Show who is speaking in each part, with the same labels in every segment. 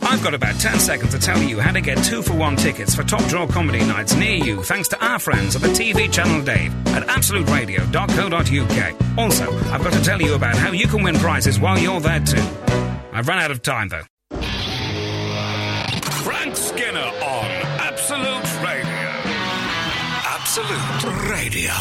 Speaker 1: I've got about 10 seconds to tell you how to get two for one tickets for top draw comedy nights near you thanks to our friends at the TV channel Dave at absoluteradio.co.uk. Also, I've got to tell you about how you can win prizes while you're there too. I've run out of time though.
Speaker 2: Frank Skinner on Absolute Radio. Absolute Radio.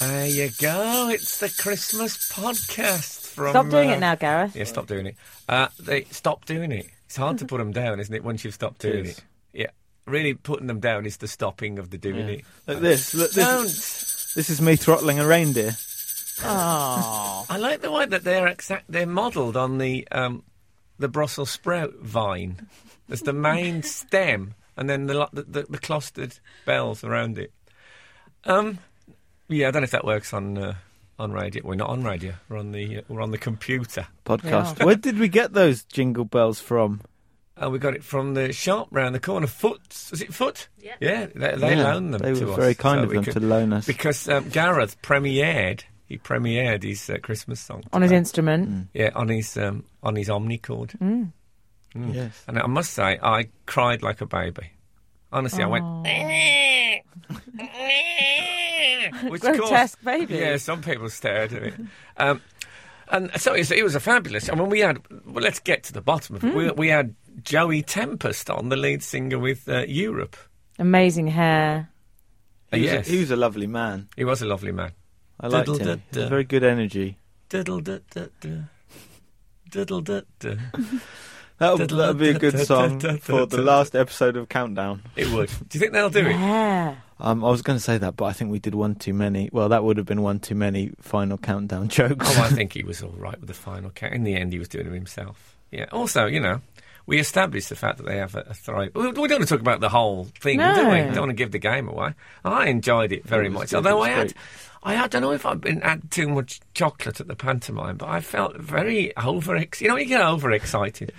Speaker 3: There you go. It's the Christmas podcast from.
Speaker 4: Stop doing
Speaker 3: uh,
Speaker 4: it now, Gareth.
Speaker 3: Yeah, stop doing it. Uh, they stop doing it. It's hard to put them down, isn't it? Once you've stopped doing
Speaker 5: is.
Speaker 3: it. Yeah, really putting them down is the stopping of the doing it.
Speaker 5: Look this. Look this.
Speaker 3: Don't.
Speaker 5: This is me throttling a reindeer.
Speaker 4: Oh,
Speaker 3: I like the way that they're exact. They're modelled on the um, the Brussels sprout vine. There's the main stem, and then the, lo- the, the the clustered bells around it. Um, yeah, I don't know if that works on uh, on radio. We're not on radio. We're on the uh, we're on the computer.
Speaker 5: Podcast.
Speaker 4: Yeah.
Speaker 5: Where did we get those jingle bells from?
Speaker 3: And we got it from the shop round the corner. Foots, was it Foot? Yeah, yeah. They, they
Speaker 5: Yeah,
Speaker 3: loaned them.
Speaker 5: They
Speaker 3: to
Speaker 5: were
Speaker 3: us
Speaker 5: very kind
Speaker 3: so
Speaker 5: of
Speaker 3: we
Speaker 5: them
Speaker 3: could-
Speaker 5: to loan us.
Speaker 3: Because um, Gareth premiered, he premiered his uh, Christmas song
Speaker 4: on his instrument.
Speaker 3: Yeah, on his um, on his Omnicord.
Speaker 5: Yes.
Speaker 3: And I must say, I cried like a baby. Honestly, I went. Which caused-
Speaker 4: Grotesque baby.
Speaker 3: Yeah, some people stared at it. Um, and so it was, it was a fabulous. I mean, we had. Well, let's get to the bottom of it. We, we had Joey Tempest on, the lead singer with uh, Europe.
Speaker 4: Amazing hair.
Speaker 3: Uh,
Speaker 5: He was,
Speaker 3: yes,
Speaker 5: a, he was a lovely man.
Speaker 3: he was a lovely man.
Speaker 5: I liked
Speaker 3: Diddle
Speaker 5: him.
Speaker 3: da da.
Speaker 5: Very good energy.
Speaker 3: Diddle da da da. Diddle da da.
Speaker 5: That'll,
Speaker 3: Diddle
Speaker 5: that'll be a
Speaker 3: da
Speaker 5: good
Speaker 3: da
Speaker 5: song
Speaker 3: da da
Speaker 5: for the
Speaker 3: da.
Speaker 5: last episode of Countdown.
Speaker 3: It would. Do you think they'll do it?
Speaker 4: Yeah.
Speaker 5: Um, I was going to say that, but I think we did one too many. Well, that would have been one too many final countdown jokes.
Speaker 3: Oh, I think he was all right with the final count. In the end, he was doing it himself. Yeah. Also, you know, we established the fact that they have a, a thrive. We, we don't want to talk about the whole thing, do we?
Speaker 4: No.
Speaker 3: We don't want to give the game away. I enjoyed it very
Speaker 5: It was
Speaker 3: much,
Speaker 5: good,
Speaker 3: although
Speaker 5: it was
Speaker 3: I had.
Speaker 5: great.
Speaker 3: I, I don't know if I've been had too much chocolate at the pantomime, but I felt very overex. You know, when you get overexcited.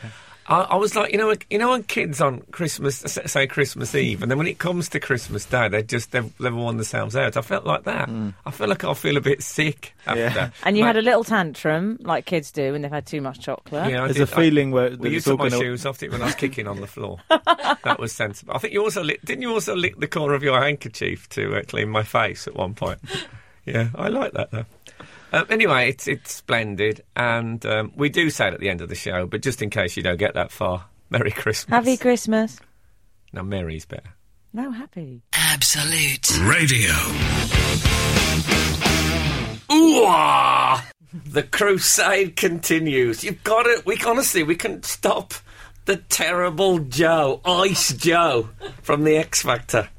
Speaker 3: I, I was like, you know, you know, when kids on Christmas s- say Christmas Eve, and then when it comes to Christmas Day, they just they've, they've worn themselves out. I felt like that. I feel like I feel a bit sick after.
Speaker 5: Mm. Yeah.
Speaker 4: And you
Speaker 3: Ma-
Speaker 4: had a little tantrum, like kids do when they've had too much chocolate.
Speaker 3: yeah, I
Speaker 5: There's
Speaker 3: did.
Speaker 5: a feeling where
Speaker 3: I, well,
Speaker 5: that
Speaker 3: you
Speaker 5: it's
Speaker 3: took
Speaker 5: all
Speaker 3: my
Speaker 5: gonna-
Speaker 3: shoes off didn't you, when I was kicking on the floor. that was sensible. I think you also lick, didn't you also lick the corner of your handkerchief to uh, clean my face at one point. yeah, I like that though. Um, anyway, it's it's splendid, and um, we do say it at the end of the show. But just in case you don't get that far, Merry Christmas.
Speaker 4: Happy Christmas.
Speaker 3: now, Mary's better.
Speaker 4: No, happy.
Speaker 6: Absolute.
Speaker 2: Radio.
Speaker 3: Ooh! ah! The crusade continues. You've got it. We honestly, we can stop the terrible Joe, Ice Joe, from the X Factor.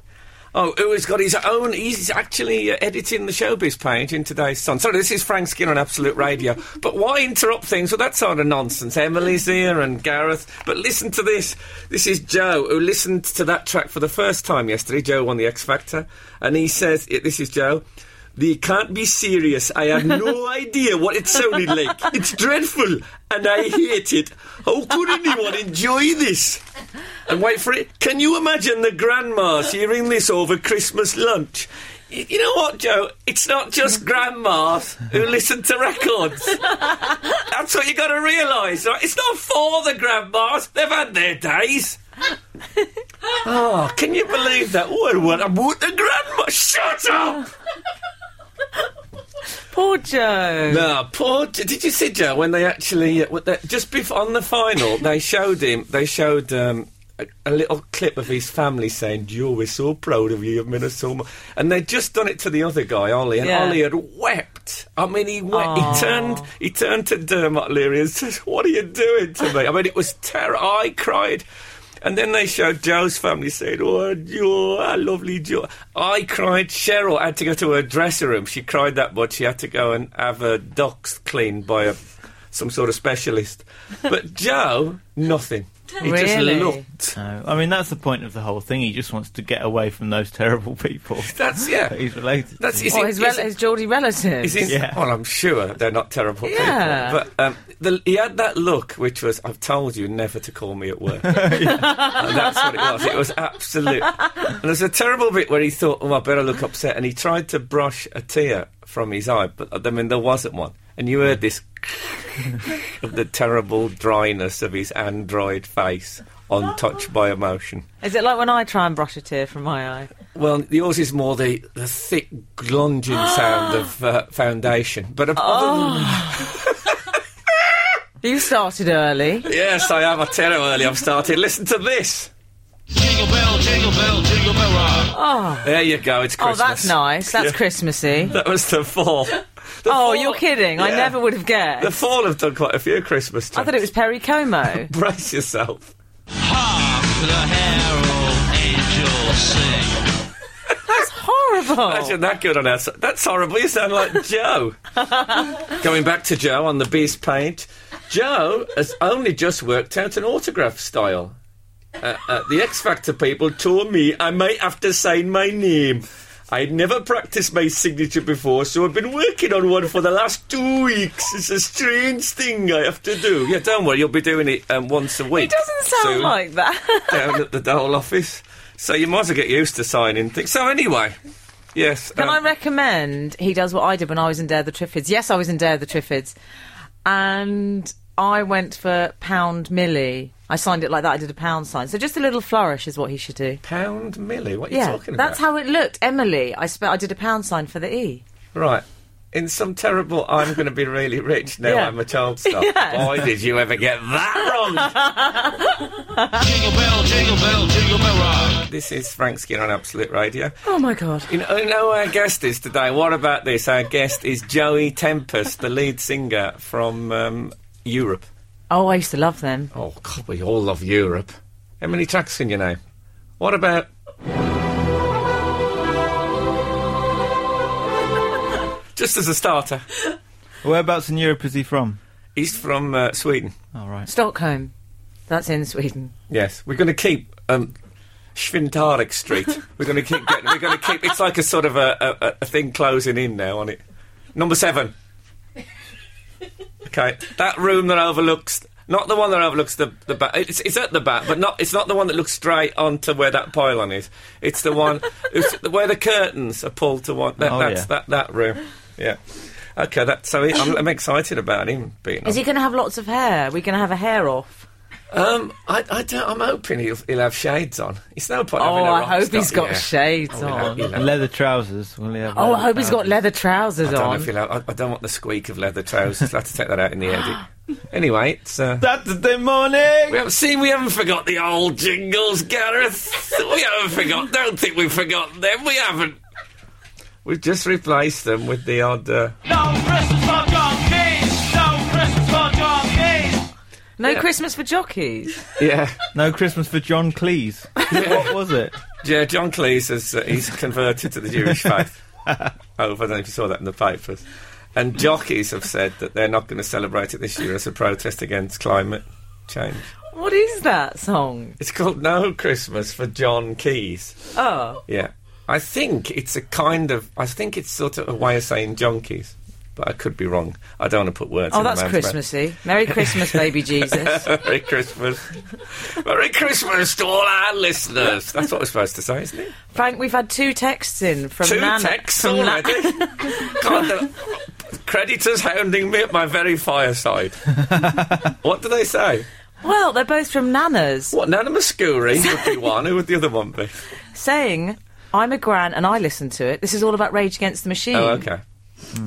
Speaker 3: Oh, who has got his own? He's actually uh, editing the showbiz page in today's Sun. Sorry, this is Frank Skinner on Absolute Radio. but why interrupt things with that sort of nonsense? Emily's here and Gareth. But listen to this. This is Joe, who listened to that track for the first time yesterday. Joe won the X Factor. And he says, i- This is Joe. They can't be serious. I had no idea what it sounded like. It's dreadful and I hate it. How could anyone enjoy this? And wait for it. Can you imagine the grandmas hearing this over Christmas lunch? Y- You know what, Joe? It's not just grandmas who listen to records. That's what you got to realise. Right? It's not for the grandmas. They've had their days. oh, can you believe that? What, what about the grandma? Shut up!
Speaker 4: Poor Joe.
Speaker 3: No, poor. Did you see Joe when they actually uh, what they- just before on the final they showed him they showed um, a, a little clip of his family saying, "Joe, we're so proud of you, you've been us so much," and they'd just done it to the other guy, Ollie, and
Speaker 4: Yeah.
Speaker 3: Ollie had wept. I mean, he wept.
Speaker 4: Aw.
Speaker 3: He turned he turned to Dermot Leary and says, "What are you doing to me?" I mean, it was terror. I cried. And then they showed Joe's family saying, Oh, Joe, ah, lovely Joe. I cried. Cheryl had to go to her dressing room. She cried that much. She had to go and have her ducks cleaned by a, some sort of specialist. But Joe, nothing. He just
Speaker 4: Really?
Speaker 3: looked.
Speaker 5: No, I mean that's the point of the whole thing. He just wants to get away from those terrible people
Speaker 3: That's, yeah.
Speaker 5: that he's related.
Speaker 3: That's,
Speaker 5: to.
Speaker 3: is
Speaker 4: Or
Speaker 3: it-
Speaker 4: his,
Speaker 3: is
Speaker 4: rel-
Speaker 3: it-
Speaker 4: his Geordie
Speaker 3: Is
Speaker 4: relatives.
Speaker 3: in,
Speaker 5: Yeah.
Speaker 3: Well, I'm sure they're not terrible
Speaker 4: Yeah.
Speaker 3: people. But um, the, he had that look, which was, I've told you never to call me at work. And that's what it was. It was absolute. And there's a terrible bit where he thought, oh, I better look upset. And he tried to brush a tear from his eye, but I mean, there wasn't one. and you heard this of the terrible dryness of his android face, untouched by emotion.
Speaker 4: Is it like when I try and brush a tear from my eye?
Speaker 3: Well, yours is more the, the thick glunging sound of uh, foundation. But a-
Speaker 4: You started early.
Speaker 3: yes, I am a terror early. I've started. Listen to this.
Speaker 6: Jingle bell, jingle bell, jingle bell rock.
Speaker 3: There you go. It's
Speaker 4: Oh,
Speaker 3: Christmas.
Speaker 4: that's nice. That's
Speaker 3: Yeah.
Speaker 4: Christmassy.
Speaker 3: That was the fall. The
Speaker 4: Oh,
Speaker 3: fall-
Speaker 4: you're kidding. I
Speaker 3: Yeah.
Speaker 4: never would have guessed.
Speaker 3: The fall have done quite a few Christmas.
Speaker 4: I thought it was Perry Como.
Speaker 3: Brace yourself.
Speaker 6: Hark, the herald angels sing.
Speaker 4: That's horrible.
Speaker 3: Imagine that good on us. That's horrible. You sound like Joe. Going back to Joe on the Beast page, Joe has only just worked out an autograph style. Uh, uh, the X Factor people told me I might have to sign my name. I'd never practiced my signature before, so I've been working on one for the last two weeks. It's a strange thing I have to do. Yeah, don't worry, you'll be doing it um, once a week.
Speaker 4: It doesn't sound
Speaker 3: soon
Speaker 4: like that.
Speaker 3: down at the Dole office. So you might as well get used to signing things. So anyway, yes.
Speaker 4: Can I
Speaker 3: um,
Speaker 4: recommend he does what I did when I was in Dare the Triffids? Yes, I was in Dare the Triffids. And I went for pound millie. I signed it like that. I did a pound sign. So just a little flourish is what he should do.
Speaker 3: pound Millie? What are you
Speaker 4: Yeah,
Speaker 3: talking about?
Speaker 4: that's how it looked. Emily, I spe- I did a pound sign for the E.
Speaker 3: Right. In some terrible, I'm going to be really rich now.
Speaker 4: Yeah.
Speaker 3: I'm a child star.
Speaker 4: Yes.
Speaker 3: Why did you ever get that wrong?
Speaker 6: Jingle bell, jingle bell, jingle bell rock.
Speaker 3: this is Frank Skinner on Absolute Radio.
Speaker 4: Oh my god!
Speaker 3: You know, you know who our guest is today. What about this? Our guest is Joey Tempest, the lead singer from um, Europe.
Speaker 4: Oh, I used to love them.
Speaker 3: Oh God, we all love Europe. How many tracks can you name? What about? Just as a starter,
Speaker 5: Whereabouts in Europe is he from?
Speaker 3: he's from uh, Sweden.
Speaker 5: All Oh, right.
Speaker 4: Stockholm, that's in Sweden.
Speaker 3: Yes, we're going to keep um, Schvintarek Street. we're going to keep. Getting, we're going to keep. It's like a sort of a, a- a, a thing closing in now on it. Number seven. Okay, that room that overlooks. Not the one that overlooks the the back. It's, it's at the back, but not. It's not the one that looks straight onto where that pylon is. It's the one it's the- where the curtains are pulled to one. That,
Speaker 5: Oh,
Speaker 3: that's
Speaker 5: yeah.
Speaker 3: that that room. Yeah. Okay. That. So he, I'm, I'm excited about him being.
Speaker 4: Is
Speaker 3: on.
Speaker 4: he going to have lots of hair? We're going to have a hair off.
Speaker 3: Um, I, I don't, I'm hoping he'll, he'll have shades on. It's no point.
Speaker 4: Oh,
Speaker 3: having a
Speaker 4: I
Speaker 3: rock
Speaker 4: hope
Speaker 3: star-
Speaker 4: he's got
Speaker 3: yeah. Uh,
Speaker 4: shades
Speaker 3: He'll have-
Speaker 4: on.
Speaker 3: he'll have-
Speaker 5: And leather trousers. Will he have
Speaker 4: Oh, I
Speaker 5: leather
Speaker 4: hope he's got
Speaker 5: trousers?
Speaker 4: leather trousers
Speaker 3: I don't know
Speaker 4: on.
Speaker 3: if he'll have- I, I don't want the squeak of leather trousers. I'll have to take that out in the edit. Anyway, it's. Uh,
Speaker 5: Saturday morning.
Speaker 3: we haven't seen. We haven't forgot the old jingles, Gareth. we haven't forgot. Don't think we've forgotten them. We haven't. We've just replaced them with the odd. Uh,
Speaker 6: No Christmas for donkeys. No Christmas for donkeys.
Speaker 4: No Christmas for jockeys.
Speaker 3: yeah,
Speaker 5: No Christmas for John Cleese. what was it?
Speaker 3: yeah. John Cleese has uh, he's converted to the Jewish faith. Oh, I don't know if you saw that in the papers. And jockeys have said that they're not going to celebrate it this year as a protest against climate change.
Speaker 4: What is that song?
Speaker 3: It's called No Christmas for John Keys.
Speaker 4: Oh,
Speaker 3: Yeah. I think it's a kind of. I think it's sort of a way of saying Jonkeys. But I could be wrong. I don't want to put words
Speaker 4: oh,
Speaker 3: in the
Speaker 4: that's
Speaker 3: man's
Speaker 4: Christmassy. Merry Christmas, baby Jesus.
Speaker 3: mouth. Merry Christmas. Merry Christmas to all our listeners. That's what we're supposed to say, isn't it?
Speaker 4: Frank, we've had two texts in from
Speaker 3: Two
Speaker 4: Nana.
Speaker 3: texts
Speaker 4: from Na-
Speaker 3: already. God, the creditors hounding me at my very fireside. what do they say?
Speaker 4: well, they're both from Nana's,
Speaker 3: What, Nana Muscuri would be one. Who would the other one be?
Speaker 4: saying, "I'm a gran and I listen to it. This is all about Rage Against the Machine."
Speaker 3: Oh, okay.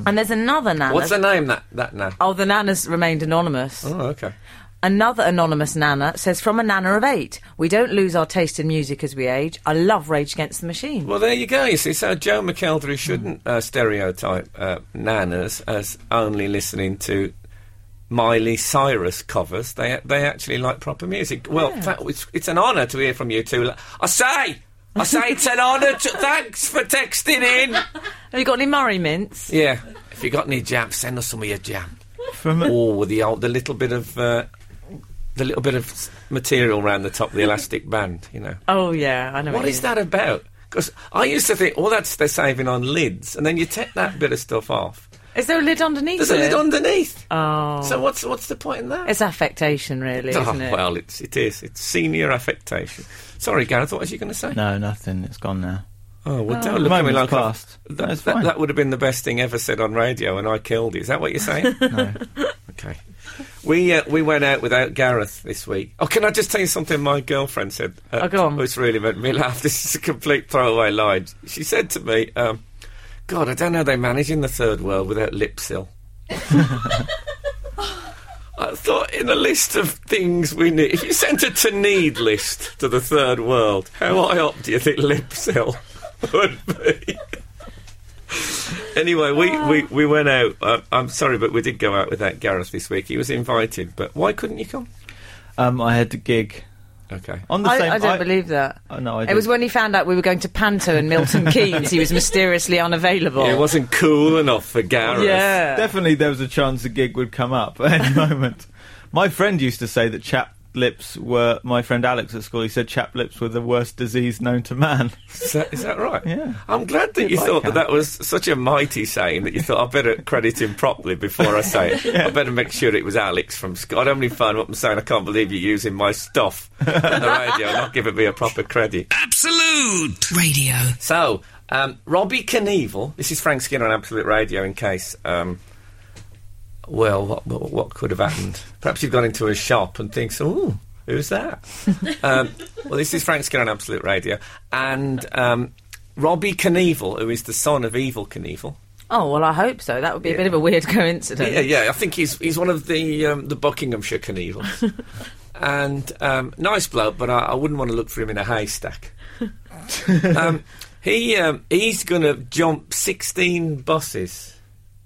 Speaker 4: And there's another Nana.
Speaker 3: What's the name, that, that Nan?
Speaker 4: Oh, the Nana's remained anonymous.
Speaker 3: Oh, okay.
Speaker 4: Another anonymous Nana says, "From a Nana of eight, we don't lose our taste in music as we age. I love Rage Against the Machine."
Speaker 3: Well, there you go. You see, so Joe McKeldry shouldn't uh, stereotype uh, nanas as only listening to Miley Cyrus covers. They they actually like proper music. Well, that was, it's an honour to hear from you two. I say, I say, it's an honour. to... Thanks for texting in.
Speaker 4: Have you got any Murray mints?
Speaker 3: Yeah. If you got any jam, send us some of your jam.
Speaker 5: From
Speaker 3: Oh, the old, the little bit of. Uh, the little bit of s- material round the top of the elastic band, you know.
Speaker 4: Oh yeah, I know.
Speaker 3: What
Speaker 4: it
Speaker 3: is that about? Because I used to think, oh, that's they're saving on lids, and then you take that bit of stuff off.
Speaker 4: Is there a lid underneath?
Speaker 3: There's a
Speaker 4: it?
Speaker 3: lid underneath.
Speaker 4: Oh,
Speaker 3: So what's what's the point in that?
Speaker 4: it's affectation, really,
Speaker 3: Oh,
Speaker 4: isn't it?
Speaker 3: Well, it's it is. It's senior affectation. Sorry, Gareth. What was you going to say?
Speaker 5: No, nothing. It's gone now.
Speaker 3: Oh, well, don't look at me
Speaker 5: moment's
Speaker 3: like I've-
Speaker 5: passed. No,
Speaker 3: That,
Speaker 5: it's
Speaker 3: that,
Speaker 5: fine.
Speaker 3: that would have been the best thing ever said on radio, and I killed you. Is that what you're saying?
Speaker 5: No.
Speaker 3: okay. We uh, we went out without Gareth this week. Oh, can I just tell you something my girlfriend said? Uh,
Speaker 4: Oh, go on.
Speaker 3: It's really made me laugh. This is a complete throwaway line. She said to me, um, God, I don't know how they manage in the third world without Lipsil. I thought in a list of things we need, if you sent a to need list to the third world, how high up do you think Lipsil would be? anyway, we, we, we went out. Uh, I'm sorry, but we did go out without Gareth this week. He was invited, but why couldn't you come?
Speaker 5: um, I had a gig
Speaker 3: Okay.
Speaker 5: on the
Speaker 4: I,
Speaker 5: same.
Speaker 4: I don't believe that.
Speaker 5: Oh, no, I
Speaker 4: It was
Speaker 5: didn't.
Speaker 4: when he found out we were going to Panto in Milton Keynes. He was mysteriously unavailable.
Speaker 3: It wasn't cool enough for Gareth.
Speaker 4: Yeah.
Speaker 5: Definitely, there was a chance the gig would come up at any moment. My friend used to say that chap lips were. My friend Alex at school, he said chap lips were the worst disease known to man.
Speaker 3: Is that, is that right?
Speaker 5: Yeah.
Speaker 3: I'm glad that you
Speaker 5: like
Speaker 3: thought that
Speaker 5: that.
Speaker 3: that was such a mighty saying that you thought I better credit him properly before I say it. I better make sure it was Alex from Scott. I don't really phone up and saying I can't believe you're using my stuff on the radio, not giving me a proper credit.
Speaker 1: Absolute!
Speaker 7: Radio.
Speaker 3: So, um, Robbie Knievel, this is Frank Skinner on Absolute Radio in case, um, well, what, what, what could have happened? Perhaps you've gone into a shop and thinks, ooh, who's that? um, well, this is Frank Skinner on Absolute Radio. And um, Robbie Knievel, who is the son of Evil Knievel.
Speaker 4: Oh well, I hope so. That would be a bit of a weird coincidence.
Speaker 3: Yeah, yeah, I think he's, he's one of the, um, the Buckinghamshire Knievels. and um, nice bloke, but I, I wouldn't want to look for him in a haystack. um, he um, he's going to jump sixteen buses.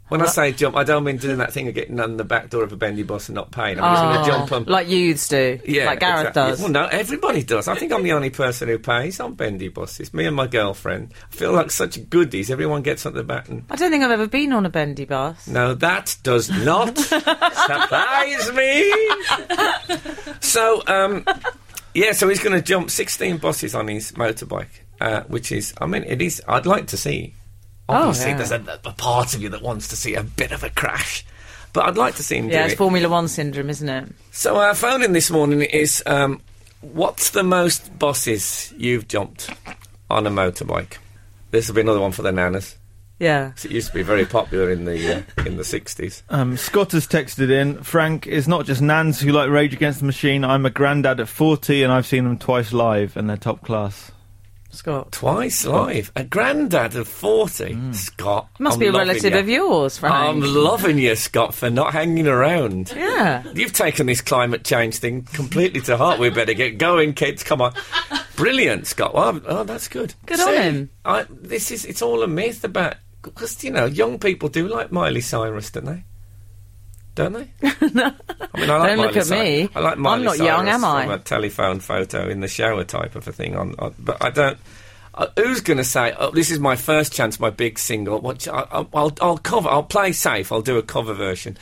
Speaker 3: When I say jump, I don't mean doing that thing of getting on the back door of a bendy bus and not paying. I'm just
Speaker 4: Oh,
Speaker 3: going to jump 'em.
Speaker 4: like youths do,
Speaker 3: yeah,
Speaker 4: like Gareth
Speaker 3: exactly.
Speaker 4: does.
Speaker 3: Well, no, everybody does. I think I'm the only person who pays on bendy buses. Me and my girlfriend. I feel like such goodies. Everyone gets on the back and
Speaker 4: I don't think I've ever been on a bendy bus.
Speaker 3: no, that does not surprise me. So, um, yeah, so he's going to jump 16 buses on his motorbike, uh, which is, I mean, it is, I'd like to see. Obviously,
Speaker 4: Oh, yeah.
Speaker 3: there's a, a part of you that wants to see a bit of a crash. But I'd like to see him
Speaker 4: Yeah,
Speaker 3: do
Speaker 4: it's
Speaker 3: it.
Speaker 4: Formula One syndrome, isn't it?
Speaker 3: so our phone in this morning is, um, what's the most buses you've jumped on a motorbike? This will be another one for the nanas.
Speaker 4: Yeah.
Speaker 3: 'cause It used to be very popular in the uh, in the 60s.
Speaker 5: Um, Scott has texted in. Frank is not just nans who like Rage Against the Machine. I'm a granddad at 40, and I've seen them twice live, and they're top class.
Speaker 4: Scott.
Speaker 3: Twice live. A granddad of 40. Scott.
Speaker 4: Must
Speaker 3: I'm
Speaker 4: be a
Speaker 3: loving
Speaker 4: relative
Speaker 3: you.
Speaker 4: of yours, Frank.
Speaker 3: I'm loving you, Scott, for not hanging around.
Speaker 4: yeah.
Speaker 3: You've taken this climate change thing completely to heart. We better get going, kids. Come on. Brilliant, Scott. Well, I'm- oh, that's good.
Speaker 4: Good on him.
Speaker 3: I, this is, it's all a myth about, because, you know, young people do like Miley Cyrus, don't they? Don't they? no. I mean, I like
Speaker 4: Don't
Speaker 3: Miley
Speaker 4: look at
Speaker 3: Cyrus.
Speaker 4: me.
Speaker 3: I like
Speaker 4: I'm
Speaker 3: Miley
Speaker 4: not
Speaker 3: Cyrus
Speaker 4: young, am I?
Speaker 3: from a telephone photo in the shower type of a thing. On, on but I don't. Uh, who's going to say? Oh, this is my first chance, my big single. What? I, I, I'll, I'll cover. I'll play safe. I'll do a cover version.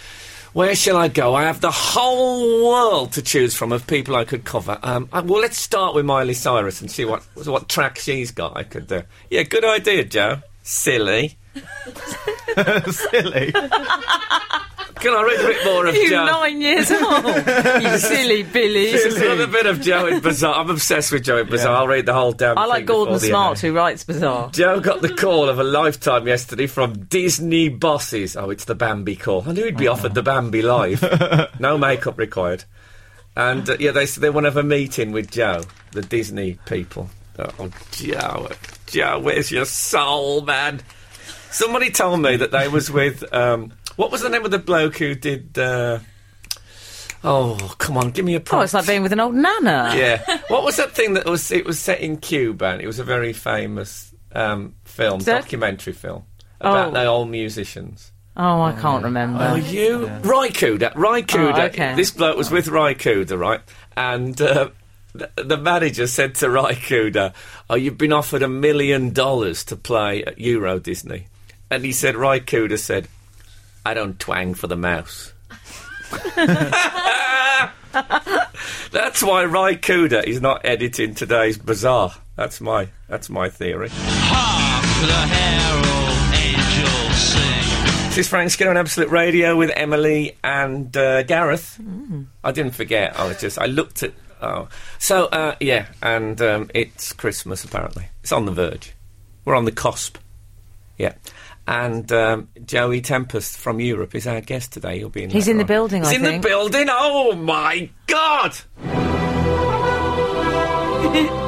Speaker 3: Where shall I go? I have the whole world to choose from of people I could cover. Um, uh, well, let's start with Miley Cyrus and see what what track she's got. I could do. Yeah, good idea, Joe. Silly.
Speaker 5: Silly.
Speaker 3: Can I read a bit more of
Speaker 4: You
Speaker 3: Joe?
Speaker 4: nine years old. you silly Billy.
Speaker 3: This is another bit of Joey Bazaar. I'm obsessed with Joey Bazaar. I'll read the whole damn
Speaker 4: I like
Speaker 3: thing before
Speaker 4: Gordon
Speaker 3: the
Speaker 4: Smart,
Speaker 3: end.
Speaker 4: who writes Bizarre.
Speaker 3: Joe got the call of a lifetime yesterday from Disney bosses. Oh, it's the Bambi call. I knew he'd
Speaker 4: Oh,
Speaker 3: be offered the Bambi live. no makeup required. And uh, yeah, they said they want to have a meeting with Joe, the Disney people. Oh, Joe, Joe, where's your soul, man? Somebody told me that they was with um, what was the name of the bloke who did? Uh, oh, come on, give me a.
Speaker 4: Oh,
Speaker 3: Prompt.
Speaker 4: it's like being with an old nana.
Speaker 3: Yeah. What was that thing that was? It was set in Cuba. and It was a very famous um, film,
Speaker 4: that-
Speaker 3: documentary film about
Speaker 4: Oh.
Speaker 3: the old musicians.
Speaker 4: Oh, I can't remember.
Speaker 3: Are you Raikuda? Raikuda.
Speaker 4: Oh, okay.
Speaker 3: This bloke was with Raikuda, right? And uh, th- the manager said to Raikuda, "Oh, you've been offered a million dollars to play at Euro Disney," and he said, "Raikuda said, I don't twang for the mouse." That's why Raikuda is not editing today's bazaar. That's my that's my theory.
Speaker 6: Hark, the herald angels sing.
Speaker 3: This is Frank Skinner on Absolute Radio with Emily and uh, Gareth.
Speaker 4: Mm.
Speaker 3: I didn't forget. I was just I looked at. Oh, so uh, yeah, and um, it's Christmas apparently. It's on the verge. We're on the cusp. Yeah. And um, Joey Tempest from Europe is our guest today. He'll be in.
Speaker 4: He's
Speaker 3: later
Speaker 4: in the
Speaker 3: on.
Speaker 4: building,
Speaker 3: He's
Speaker 4: I
Speaker 3: in
Speaker 4: think.
Speaker 3: the building. Oh my god!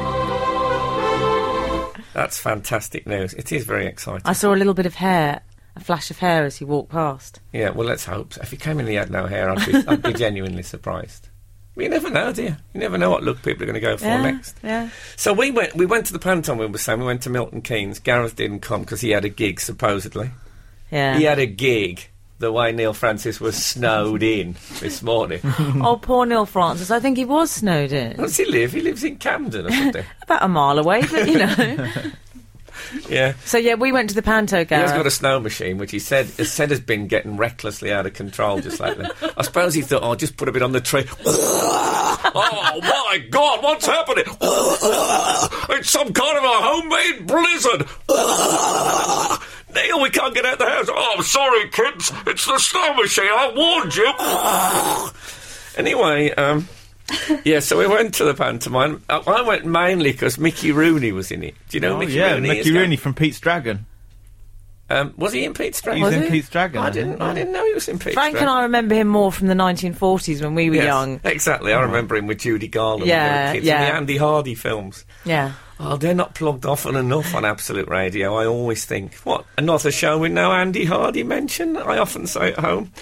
Speaker 3: That's fantastic news. It is very exciting.
Speaker 4: I saw a little bit of hair, a flash of hair as he walked past.
Speaker 3: Yeah, well, let's hope. So. If he came in and he had no hair, I'd be, I'd be genuinely surprised. But you never know, do you? You never know what look people are going to go for
Speaker 4: yeah,
Speaker 3: next.
Speaker 4: yeah.
Speaker 3: So we went. We went to the Panton. We were saying we went to Milton Keynes. Gareth didn't come because he had a gig. Supposedly,
Speaker 4: Yeah.
Speaker 3: he had a gig. The way Neil Francis was snowed in this morning.
Speaker 4: Oh, poor Neil Francis. I think he was snowed in.
Speaker 3: Where does he live? He lives in Camden or something.
Speaker 4: About a mile away, but you know.
Speaker 3: yeah.
Speaker 4: so, yeah, we went to the Panto
Speaker 3: He has
Speaker 5: uh,
Speaker 4: Garage.
Speaker 3: got a snow machine, which he said has said has been getting recklessly out of control just lately. I suppose he thought, "Oh, just put a bit on the tree." oh my God, what's happening? it's some kind of a homemade blizzard. Neil, we can't get out of the house. Oh, I'm sorry, kids. It's the snow machine. I warned you. anyway, um, yeah, so we went to the pantomime. I, I went mainly because Mickey Rooney was in it. Do you know who
Speaker 5: Oh,
Speaker 3: Mickey
Speaker 5: yeah,
Speaker 3: Rooney? is,
Speaker 5: Mickey
Speaker 3: Gav?
Speaker 5: Rooney from Pete's Dragon.
Speaker 3: Um, was he in Pete's Dragon?
Speaker 5: He's
Speaker 4: Was
Speaker 5: in
Speaker 4: he?
Speaker 5: Pete's Dragon.
Speaker 3: I didn't. I didn't know he was in Pete's
Speaker 4: Frank and
Speaker 3: Dragon.
Speaker 4: I remember him more from the 1940s when we were
Speaker 3: Yes,
Speaker 4: young.
Speaker 3: Exactly. I
Speaker 5: Mm.
Speaker 3: remember him with Judy Garland.
Speaker 4: Yeah,
Speaker 3: when we were kids,
Speaker 4: yeah.
Speaker 3: And the Andy Hardy films.
Speaker 4: Yeah.
Speaker 3: Oh, they're not plugged often enough on Absolute Radio. I always think, what another show with no Andy Hardy mention? I often say at home.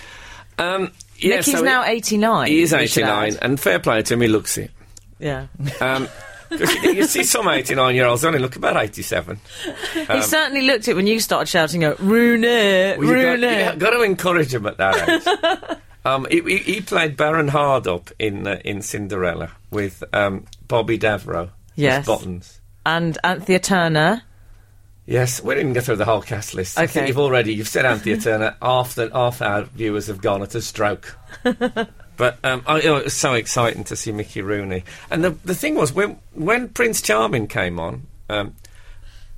Speaker 3: Um, yeah,
Speaker 4: Nicky's
Speaker 3: so he-
Speaker 4: now 89.
Speaker 3: He is
Speaker 4: we should
Speaker 3: 89,
Speaker 4: add.
Speaker 3: and fair play to him, he looks it.
Speaker 4: Yeah.
Speaker 3: Um, 'cause you, you see some 89 year olds only look about 87.
Speaker 4: he certainly looked it when you started shouting out, Rooney,
Speaker 3: Um, Well, you
Speaker 4: Rooney.
Speaker 3: got, you got to encourage him at that age. um, he, he, he played Baron Hardup in uh, in Cinderella with um, Bobby Davro. as
Speaker 4: Yes.
Speaker 3: Buttons.
Speaker 4: And Anthea Turner.
Speaker 3: Yes, we didn't go through the whole cast list. I think
Speaker 4: Okay.
Speaker 3: you've already you've said Anthea Turner. half the half our viewers have gone at a stroke. but um, I, oh, it was so exciting to see Mickey Rooney. And the the thing was when when Prince Charming came on, um,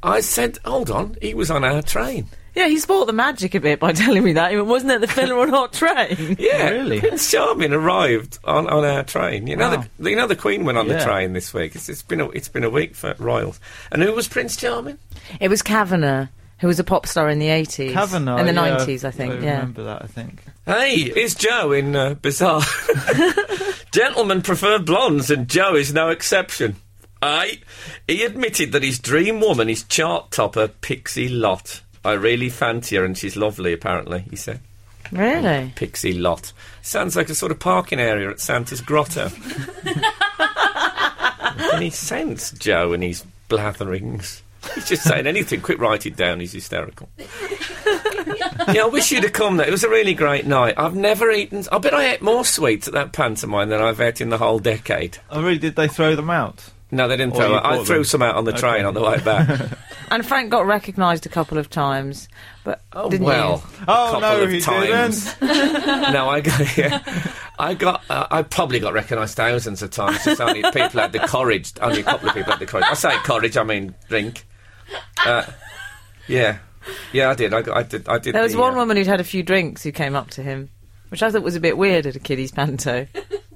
Speaker 3: I said, "Hold on, he was on our train."
Speaker 4: Yeah, he spoilt the magic a bit by telling me that. He went, Wasn't it the filler on Hot Train?
Speaker 3: Yeah,
Speaker 5: Really?
Speaker 3: Prince Charming arrived on, on our train. You know, the, you know the Queen went on the
Speaker 5: Yeah.
Speaker 3: train this week. It's, it's been a, it's been a week for royals. And who was Prince Charming?
Speaker 4: It was Kavanagh, who was a pop star in the 80s.
Speaker 5: Kavanaugh.
Speaker 4: In the
Speaker 5: yeah,
Speaker 4: 90s, I think, yeah.
Speaker 5: remember that, uh, I think.
Speaker 3: Hey, it's Joe in uh, Bizarre. Gentlemen prefer blondes, and Joe is no exception. Aye, he admitted that his dream woman is chart topper Pixie Lott. I really fancy her, and she's lovely. Apparently, he said.
Speaker 4: Really?
Speaker 3: Pixie Lot. Sounds like a sort of parking area at Santa's Grotto. Any sense, Joe, and his blatherings? He's just saying anything. Quick, write it down. He's hysterical. yeah, I wish you'd have come there. It was a really great night. I've never eaten. I bet I ate more sweets at that pantomime than I've ate in the whole decade.
Speaker 5: Oh, really? Did they throw them out?
Speaker 3: No, they didn't
Speaker 5: Or
Speaker 3: throw.
Speaker 5: Oh, you
Speaker 3: Out. I
Speaker 5: bought
Speaker 3: threw
Speaker 5: them.
Speaker 3: some out on the train
Speaker 5: Okay.
Speaker 3: on the way back.
Speaker 4: And Frank got recognised a couple of times. But
Speaker 3: Oh
Speaker 4: didn't
Speaker 3: well. a couple
Speaker 5: Oh, no,
Speaker 3: of
Speaker 5: he
Speaker 3: times.
Speaker 5: didn't.
Speaker 3: no, I got. Yeah, I got. Uh, I probably got recognised thousands of times. Just only people had the courage. Only a couple of people had the courage. I say courage. I mean drink. Uh, yeah, yeah, I did. I, got, I did. I did.
Speaker 4: There was
Speaker 3: the,
Speaker 4: one
Speaker 3: uh,
Speaker 4: woman who'd had a few drinks who came up to him, which I thought was a bit weird at a kiddie's panto.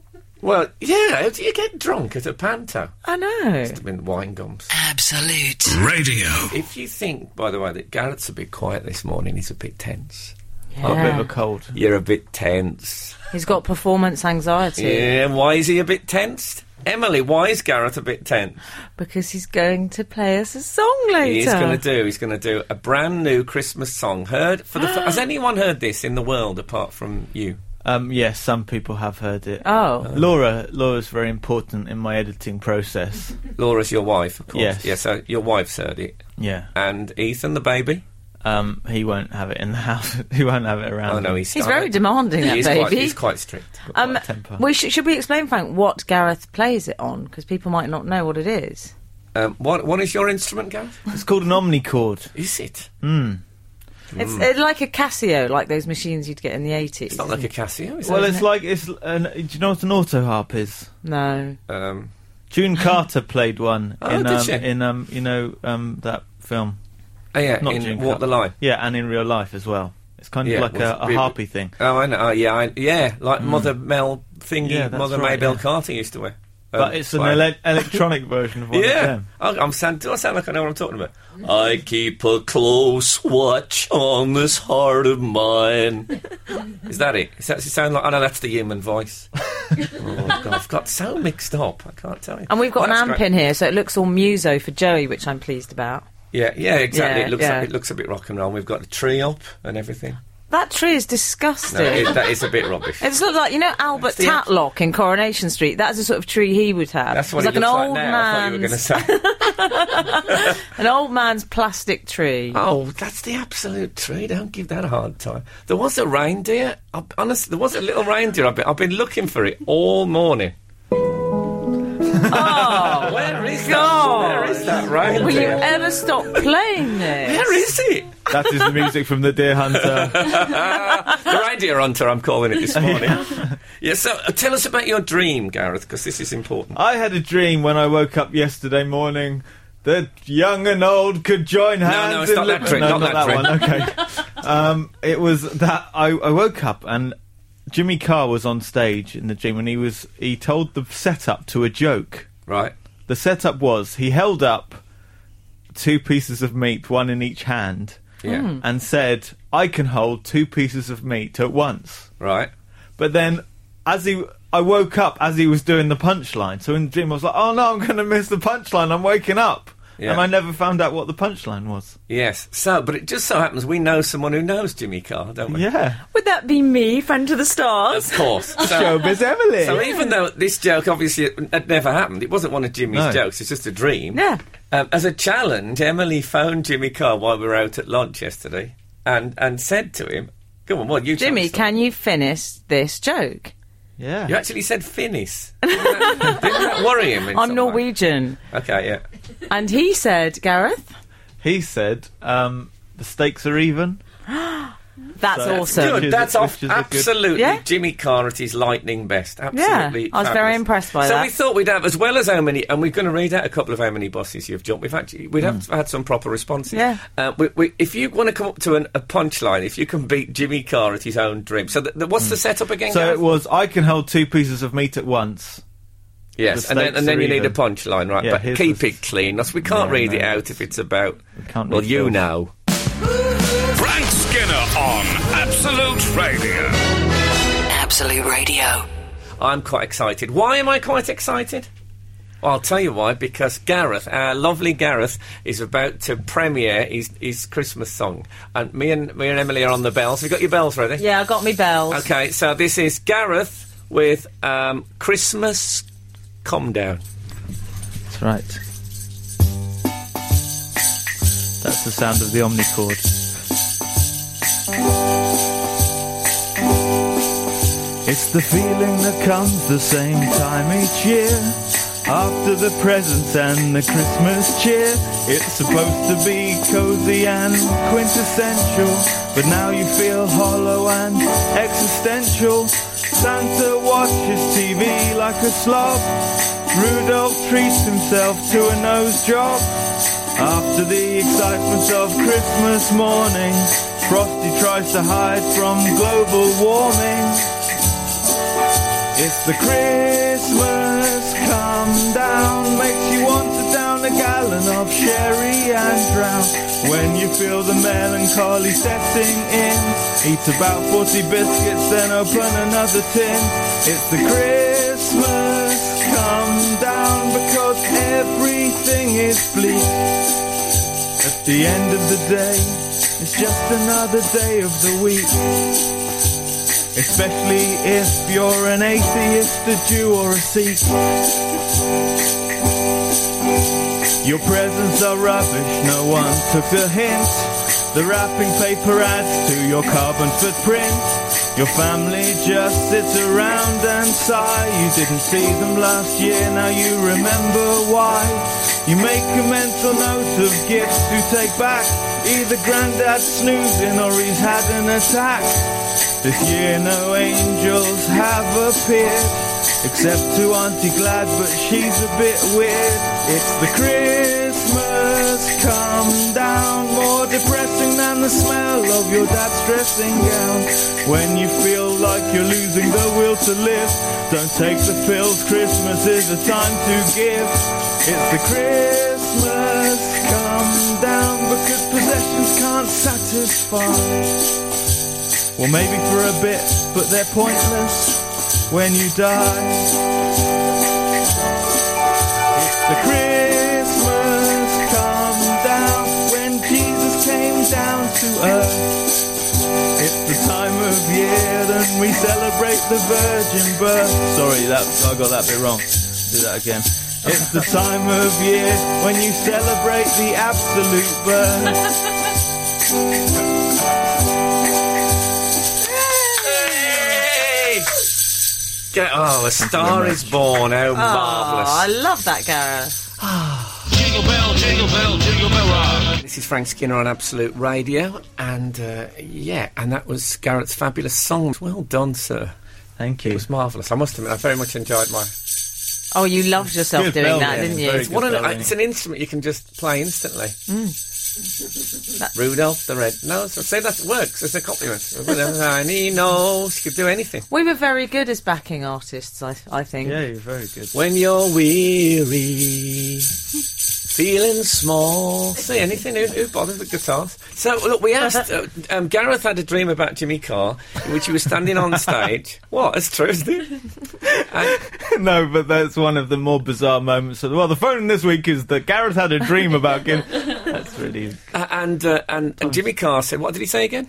Speaker 3: Well, yeah. how do You get drunk at a panto.
Speaker 4: I know.
Speaker 3: I mean, wine gums.
Speaker 7: Absolute.
Speaker 2: Radio.
Speaker 3: If you think, by the way, that Garrett's a bit quiet this morning, he's a bit tense.
Speaker 5: Got a bit
Speaker 4: Yeah.
Speaker 5: of a cold.
Speaker 3: You're a bit tense.
Speaker 4: He's got performance anxiety
Speaker 3: Yeah. Why is he a bit tensed? Emily, why is Garrett a bit tense?
Speaker 4: because he's going to play us a song later.
Speaker 3: He's going to do. He's going to do a brand new Christmas song. Heard for the. f- has anyone heard this in the world apart from you?
Speaker 5: Um, yes, some people have heard it.
Speaker 4: Oh.
Speaker 5: Laura, Laura's very important in my editing process.
Speaker 3: Laura's your wife, of course.
Speaker 5: Yes.
Speaker 3: Yeah. So your wife's heard it,
Speaker 5: Yeah.
Speaker 3: and Ethan, the baby.
Speaker 5: Um, he won't have it in the house. he won't have it around.
Speaker 3: Oh no,
Speaker 5: him.
Speaker 3: he's.
Speaker 4: He's
Speaker 3: started.
Speaker 4: very demanding, that
Speaker 3: He is
Speaker 4: baby.
Speaker 3: Quite, he's quite strict.
Speaker 4: um,
Speaker 5: Quite a temper.
Speaker 4: we sh- should we explain, Frank, what Gareth plays it on? Because people might not know what it is.
Speaker 3: Um, what What is your instrument, Gareth?
Speaker 5: It's called an omnichord. Hmm.
Speaker 3: Is it?
Speaker 4: It's, it's like a Casio, like those machines you'd get in the 80s.
Speaker 3: It's not like a Casio, is
Speaker 5: Well,
Speaker 3: it?
Speaker 5: it's like it's. An, do you know what an auto harp is?
Speaker 4: No.
Speaker 3: Um,
Speaker 5: June Carter played one
Speaker 3: Oh,
Speaker 5: in
Speaker 3: did
Speaker 5: um,
Speaker 3: she?
Speaker 5: in um, you know um, that film.
Speaker 3: oh yeah,
Speaker 5: Not
Speaker 3: in
Speaker 5: June
Speaker 3: Walk the
Speaker 5: Carter.
Speaker 3: Line.
Speaker 5: Yeah, and in real life as well. It's kind of
Speaker 3: Yeah,
Speaker 5: like
Speaker 3: was
Speaker 5: a,
Speaker 3: it
Speaker 5: a
Speaker 3: really-
Speaker 5: harpy thing.
Speaker 3: Oh, I know. Oh, yeah, I, yeah. Like Mother Mel thingy,
Speaker 5: Hmm. Yeah, that's
Speaker 3: Mother
Speaker 5: right,
Speaker 3: Maybell
Speaker 5: yeah.
Speaker 3: Carter used to wear.
Speaker 5: But
Speaker 3: Um,
Speaker 5: it's an
Speaker 3: wow.
Speaker 5: ele- electronic version of one of
Speaker 3: Yeah,
Speaker 5: them.
Speaker 3: I, I'm sound. Do I sound like I know what I'm talking about? I keep a close watch on this heart of mine. Is that it? Does that sound like? I know that's the human voice. oh, God, I've got so mixed up. I can't tell you.
Speaker 4: And we've got
Speaker 3: Well,
Speaker 4: an
Speaker 3: that's
Speaker 4: amp
Speaker 3: great.
Speaker 4: in here, so it looks all muso for Joey, which I'm pleased about.
Speaker 3: Yeah, yeah, exactly.
Speaker 4: Yeah,
Speaker 3: it looks
Speaker 4: yeah.
Speaker 3: Like, it looks a bit rock and roll. We've got the tree up and everything.
Speaker 4: That tree is
Speaker 3: No,
Speaker 4: disgusting.
Speaker 3: it, that is a bit rubbish.
Speaker 4: It's looked like you know Albert
Speaker 3: the-
Speaker 4: Tatlock in Coronation Street. That's the sort of tree he would have.
Speaker 3: That's what
Speaker 4: it's
Speaker 3: it
Speaker 4: like
Speaker 3: looks like
Speaker 4: an old
Speaker 3: now. I thought you were going to
Speaker 4: man's
Speaker 3: say.
Speaker 4: an old man's plastic tree.
Speaker 3: Oh, that's the absolute tree. Don't give that a hard time. There was a reindeer. I, honestly, there was a little reindeer. I've been, I've been looking for it all morning. oh, where is that? Where is that
Speaker 4: Will you
Speaker 3: reindeer?
Speaker 4: ever stop playing this?
Speaker 3: Where is it?
Speaker 5: That is the music from the Deer Hunter.
Speaker 3: The reindeer hunter, I'm calling it this morning. yeah, so uh, tell us about your dream, Gareth, because this is important.
Speaker 5: I had a dream when I woke up yesterday morning that young and old could join hands.
Speaker 3: no, it's
Speaker 5: in
Speaker 3: not that
Speaker 5: lip-
Speaker 3: dream,
Speaker 5: No,
Speaker 3: not that
Speaker 5: one. Okay. um, it was that I, I woke up and Jimmy Carr was on stage in the dream and he was he told the setup to a joke.
Speaker 3: Right.
Speaker 5: The setup was he held up two pieces of meat, one in each hand,
Speaker 3: Yeah.
Speaker 5: and said, "I can hold two pieces of meat at once."
Speaker 3: Right.
Speaker 5: But then, as he, I woke up as he was doing the punchline. So in the dream, I was like, "Oh no, I'm going to miss the punchline. I'm waking up."
Speaker 3: Yeah.
Speaker 5: And I never found out what the punchline was.
Speaker 3: Yes. So, but it just so happens we know someone who knows Jimmy Carr, don't we?
Speaker 5: Yeah,
Speaker 4: Would that be me, friend to the stars?
Speaker 3: Of course. So,
Speaker 5: showbiz Emily.
Speaker 3: So even though this joke obviously had never happened, it wasn't one of Jimmy's
Speaker 5: No.
Speaker 3: jokes. It's just a dream.
Speaker 4: Yeah.
Speaker 3: Um, as a challenge, Emily phoned Jimmy Carr while we were out at lunch yesterday, and and said to him, "Come on, what you tell
Speaker 4: Jimmy,
Speaker 3: us
Speaker 4: can you finish this joke?
Speaker 5: yeah,
Speaker 3: something." You actually said Finnish. Didn't that, didn't that worry him? in some
Speaker 4: I'm
Speaker 3: way?
Speaker 4: Norwegian.
Speaker 3: Okay, yeah.
Speaker 4: And he said, Gareth,
Speaker 5: he said um, the stakes are even.
Speaker 4: that's
Speaker 5: So-
Speaker 4: awesome.
Speaker 5: Which
Speaker 3: Good.
Speaker 5: is-
Speaker 3: That's off.
Speaker 5: which is a good-
Speaker 3: Absolutely,
Speaker 4: Yeah.
Speaker 3: Jimmy Carr at his lightning best. Absolutely.
Speaker 4: I was very
Speaker 3: fabulous.
Speaker 4: impressed by
Speaker 3: so
Speaker 4: that.
Speaker 3: we thought we'd have, as well as how many, and we're going to read out a couple of how many bosses you've jumped. We've actually we'd have had some proper responses.
Speaker 4: Hmm. Yeah.
Speaker 3: Uh, we, we, if you want to come up to an, a punchline, if you can beat Jimmy Carr at his own dream. So th- th-
Speaker 4: Hmm.
Speaker 3: what's the setup again?
Speaker 5: So
Speaker 3: Gareth?
Speaker 5: it was. I can hold two pieces of meat at once.
Speaker 3: yes,
Speaker 5: the
Speaker 3: and then
Speaker 5: stakes
Speaker 3: and then
Speaker 5: are
Speaker 3: you need a
Speaker 5: even.
Speaker 3: punchline, right?
Speaker 5: Yeah,
Speaker 3: but
Speaker 5: here's
Speaker 3: keep
Speaker 5: the-
Speaker 3: it clean. That's, we can't
Speaker 5: Yeah,
Speaker 3: read
Speaker 5: no,
Speaker 3: it out
Speaker 5: it's-
Speaker 3: if it's about.
Speaker 5: can't
Speaker 3: well,
Speaker 5: read
Speaker 3: you
Speaker 5: those.
Speaker 3: know.
Speaker 2: Frank Skinner on Absolute Radio.
Speaker 7: Absolute Radio.
Speaker 3: I'm quite excited. Why am I quite excited? Well, I'll tell you why. Because Gareth, our lovely Gareth, is about to premiere his, his Christmas song, and me and me and Emily are on the bells. Have you got your bells ready?
Speaker 4: Yeah, I got me bells.
Speaker 3: Okay, so this is Gareth with um, Christmas. Come down.
Speaker 5: That's right. That's the sound of the omnichord. It's the feeling that comes the same time each year. After the presents and the Christmas cheer, it's supposed to be cozy and quintessential. But now you feel hollow and existential. Santa watches TV like a slob. Rudolph treats himself to a nose job. After the excitement of Christmas morning, Frosty tries to hide from global warming. It's the Christmas come down makes you want to down a gallon of sherry and drown. When you feel the melancholy setting in, eat about 40 biscuits, then open another tin. It's the Christmas come down because everything is bleak. At the end of the day, it's just another day of the week. Especially if you're an atheist, a Jew, or a Sikh. Your presents are rubbish, no one took the hint. The wrapping paper adds to your carbon footprint. Your family just sits around and sigh. You didn't see them last year, now you remember why. You make a mental note of gifts to take back. Either granddad's snoozing or he's had an attack. This year no angels have appeared Except to Auntie Glad, but she's a bit weird It's the Christmas come down More depressing than the smell of your dad's dressing gown. When you feel like you're losing the will to live, don't take the pills. Christmas is the time to give. It's the Christmas come down because possessions can't satisfy. Well, maybe for a bit, but they're pointless when you die. It's the Christmas come down when Jesus came down to earth. It's the time of year that we celebrate the virgin birth. Sorry, that I got that bit wrong. Do that again. It's the time of year when you celebrate the absolute birth.
Speaker 3: Hey! Get- oh, a star is born. How marvellous.
Speaker 4: I love that, Gareth.
Speaker 6: Jingle bell, jingle bell, jingle bell rock.
Speaker 3: This is Frank Skinner on Absolute Radio, and uh, yeah, and that was Garrett's fabulous song. Well done, sir.
Speaker 5: Thank
Speaker 3: It
Speaker 5: you.
Speaker 3: was marvellous. I must admit, I very much enjoyed my.
Speaker 4: Oh, you loved yourself
Speaker 5: Good
Speaker 4: doing
Speaker 5: bell,
Speaker 4: that,
Speaker 5: yeah,
Speaker 4: didn't you?
Speaker 5: very
Speaker 3: It's, one of the-
Speaker 5: spelling.
Speaker 3: it's an instrument you can just play instantly. Mm. Rudolph the Red Nose. Say that works. It's a compliment. Tiny nose. You could do anything.
Speaker 4: We were very good as backing artists, I, I think.
Speaker 5: Yeah, you're very good.
Speaker 3: When you're weary, feeling small. See, anything, who, who bothers with guitars? So, look, we asked, uh, um, Gareth had a dream about Jimmy Carr, in which he was standing on stage. What? It's true, isn't it? And-
Speaker 5: No, but that's one of the more bizarre moments. Of, well, the phone this week is that Gareth had a dream about him. That's really.
Speaker 3: uh, and, uh, and, and Jimmy Carr said, what did he say again?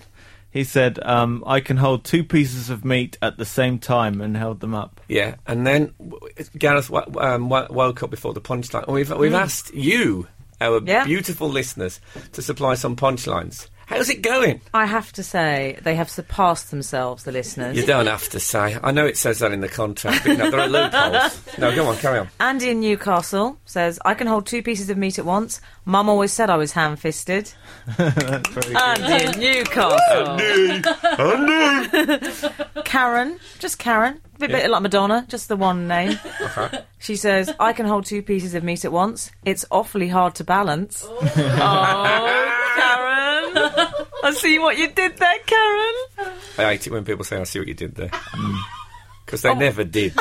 Speaker 5: He said, um, "I can hold two pieces of meat at the same time," and held them up.
Speaker 3: Yeah, and then w- Gareth w- um, w- woke up before the punchline. And We've, we've asked you, our
Speaker 4: Yeah.
Speaker 3: beautiful listeners, to supply some punchlines. How's it going?
Speaker 4: I have to say, they have surpassed themselves, the listeners.
Speaker 3: You don't have to say. I know it says that in the contract, but no, there are loopholes. No, go on, carry on.
Speaker 4: Andy in Newcastle says, I can hold two pieces of meat at once. Mum always said I was ham fisted. Andy in Newcastle. Andy! Karen, just Karen. A bit, bit like Madonna, just the one name. She says, I can hold two pieces of meat at once. It's awfully hard to balance. Oh, Karen. I see what you did there, Karen.
Speaker 3: I hate it when people say, I see what you did there. Because they never did.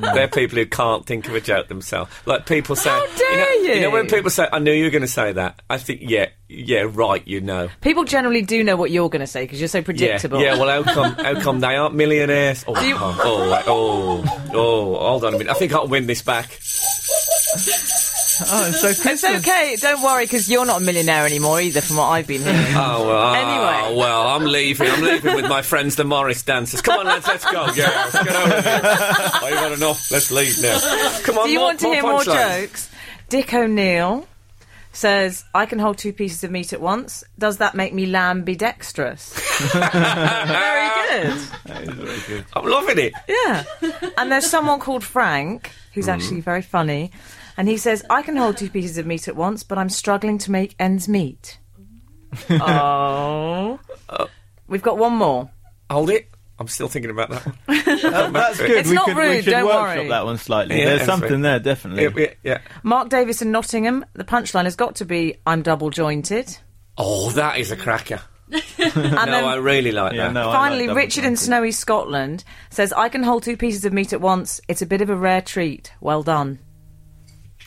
Speaker 3: They are people who can't think of a joke themselves. Like people say,
Speaker 4: How dare
Speaker 3: know,
Speaker 4: you?
Speaker 3: know when people say, "I knew you were going to say that." I think, yeah, yeah, right. You know,
Speaker 4: People generally do know what you're going to say because you're so
Speaker 3: yeah,
Speaker 4: predictable.
Speaker 3: yeah. Well, how come? How come they aren't millionaires? Oh,
Speaker 4: you-
Speaker 3: oh, oh, right, oh, oh, hold on a minute. I think I can win this back.
Speaker 5: Oh, it's so
Speaker 4: It's okay. Don't worry, because you're not a millionaire anymore either, from what I've been hearing.
Speaker 3: Oh well.
Speaker 4: Anyway.
Speaker 3: Oh, well, I'm leaving. I'm leaving with my friends, the Morris dancers. Come on, lads, let's go. Yeah, let's get over here. I've had enough. Let's leave now. Come on.
Speaker 4: Do you
Speaker 3: more,
Speaker 4: want to hear more
Speaker 3: punchlines.
Speaker 4: jokes? Dick O'Neill says, "I can hold two pieces of meat at once. Does that make me lambidextrous?" Very good.
Speaker 3: I'm loving it.
Speaker 4: Yeah. And there's someone called Frank
Speaker 3: Mm.
Speaker 4: who's actually very funny, and he says, "I can hold two pieces of meat at once, but I'm struggling to make ends meet." oh. We've got one more.
Speaker 3: Hold it. I'm still thinking about that one.
Speaker 5: That's good.
Speaker 4: It's
Speaker 5: we
Speaker 4: not
Speaker 5: could, we
Speaker 4: rude,
Speaker 5: should
Speaker 4: don't
Speaker 5: workshop
Speaker 4: worry.
Speaker 5: that one slightly.
Speaker 3: Yeah,
Speaker 5: There's
Speaker 3: that's
Speaker 5: something
Speaker 3: right.
Speaker 5: there, definitely.
Speaker 3: Yeah, yeah, yeah.
Speaker 4: Mark Davis in Nottingham. The punchline has got to be, "I'm double jointed."
Speaker 3: Oh, that is a cracker.
Speaker 4: And
Speaker 3: No, I really like
Speaker 5: Yeah,
Speaker 3: that.
Speaker 5: no, I like
Speaker 4: Finally,
Speaker 5: double
Speaker 4: Richard in
Speaker 5: jointed.
Speaker 4: snowy Scotland says, I can hold two pieces of meat at once. It's a bit of a rare treat. Well done.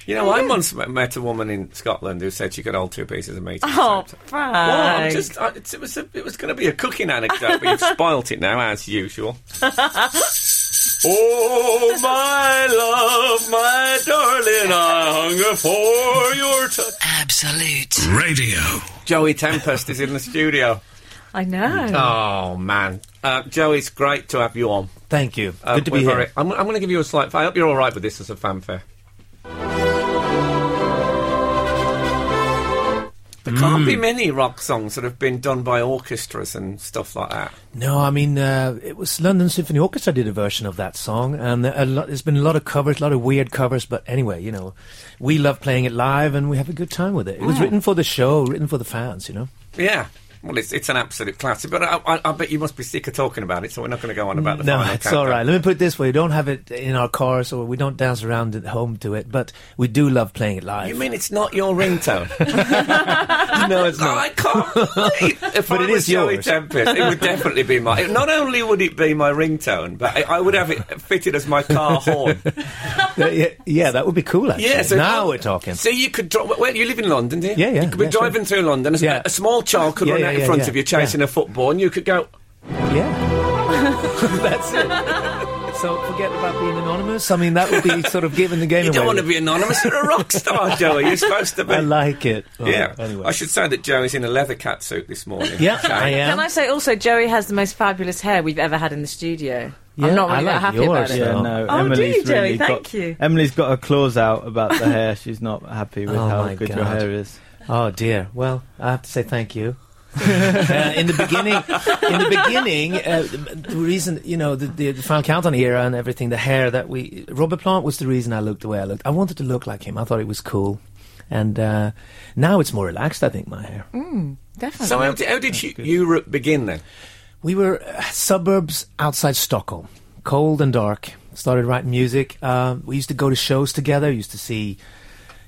Speaker 3: You know, I once m- met a woman in Scotland who said she could hold two pieces of meat. at the same time.
Speaker 4: Oh, Frank.
Speaker 3: Well, I'm just, I, it's- it was, a, it was going to be a cooking anecdote, but you've spoilt it now, as usual. oh, my love, my darling, I hunger for your touch.
Speaker 7: Absolute.
Speaker 2: Radio.
Speaker 3: Joey Tempest is in the studio.
Speaker 4: I know.
Speaker 3: Oh, man. Uh, Joe, it's great to have you on.
Speaker 5: Thank you.
Speaker 3: Uh,
Speaker 5: good to
Speaker 3: we're
Speaker 5: be here.
Speaker 3: very- I'm, I'm going to give you a slight. I hope you're all right with this as a fanfare. There can't
Speaker 5: Mm.
Speaker 3: be many rock songs that have been done by orchestras and stuff like that.
Speaker 8: No, I mean uh, it was London Symphony Orchestra did a version of that song, and a lot, there's been a lot of covers, a lot of weird covers. But anyway, you know,
Speaker 3: Ah.
Speaker 8: we love playing it live, and we have a good time with it. It was written for the show, written for the fans, you know.
Speaker 3: Yeah. Well, it's, it's an absolute classic, but I, I, I bet you must be sick of talking about it, so we're not going to go on about the
Speaker 8: No,
Speaker 3: final
Speaker 8: it's
Speaker 3: countdown.
Speaker 8: all right. Let me put it this way: we don't have it in our cars, or we don't dance around at home to it, but we do love playing it live.
Speaker 3: You mean it's not your ringtone?
Speaker 8: no, it's
Speaker 3: no, I
Speaker 8: not.
Speaker 3: can't. believe- If
Speaker 8: But
Speaker 3: I
Speaker 8: it
Speaker 3: was
Speaker 8: is
Speaker 3: Joey
Speaker 8: yours.
Speaker 3: Tempest, it would definitely be my. Not only would it be my ringtone, but I, I would have it fitted as my car horn.
Speaker 8: Uh, yeah, yeah, that would be cool. Actually,
Speaker 3: Yeah, so
Speaker 8: now we're talking.
Speaker 3: So you could dri Where you live in London, do you?
Speaker 8: Yeah, yeah,
Speaker 3: You could be
Speaker 8: yeah, sure.
Speaker 3: driving through London. A,
Speaker 8: Yeah.
Speaker 3: a small child could
Speaker 8: Yeah,
Speaker 3: run
Speaker 8: yeah,
Speaker 3: out in
Speaker 8: yeah,
Speaker 3: front
Speaker 8: yeah,
Speaker 3: of you chasing
Speaker 8: yeah.
Speaker 3: a football, and you could go.
Speaker 8: Yeah, that's it. So forget about being anonymous. I mean, that would be sort of giving the game
Speaker 3: You
Speaker 8: away.
Speaker 3: don't want to be anonymous. You're a rock star, Joey. You're supposed to be.
Speaker 8: I like it. Oh,
Speaker 3: yeah.
Speaker 8: Anyway.
Speaker 3: I should say that Joey's in a leather cat suit this morning.
Speaker 8: Yeah,
Speaker 3: So-
Speaker 8: I am.
Speaker 4: Can I say also, Joey has the most fabulous hair we've ever had in the studio.
Speaker 8: Yeah,
Speaker 4: I'm not
Speaker 8: I
Speaker 4: really
Speaker 8: like
Speaker 4: that happy
Speaker 8: yours,
Speaker 4: about it.
Speaker 8: yeah.
Speaker 5: Yeah,
Speaker 8: Oh.
Speaker 5: no.
Speaker 4: Oh, do
Speaker 5: Emily's
Speaker 4: you, Joey?
Speaker 5: really
Speaker 4: Thank
Speaker 5: got,
Speaker 4: you.
Speaker 5: Emily's got a clause out about the hair. She's not happy with
Speaker 8: Oh
Speaker 5: how
Speaker 8: my
Speaker 5: good your
Speaker 8: God.
Speaker 5: hair is.
Speaker 8: Oh dear. Well, I have to say thank you. uh, in the beginning, in the beginning, uh, the reason you know the, the, the final countdown era and everything, the hair that we Robert Plant was the reason I looked the way I looked. I wanted to look like him. I thought it was cool, and uh, now it's more relaxed. I think my hair.
Speaker 4: Definitely.
Speaker 3: So how did, how did you, Europe begin then?
Speaker 8: We were uh, suburbs outside Stockholm, cold and dark. Started writing music. Uh, we used to go to shows together. Used to see,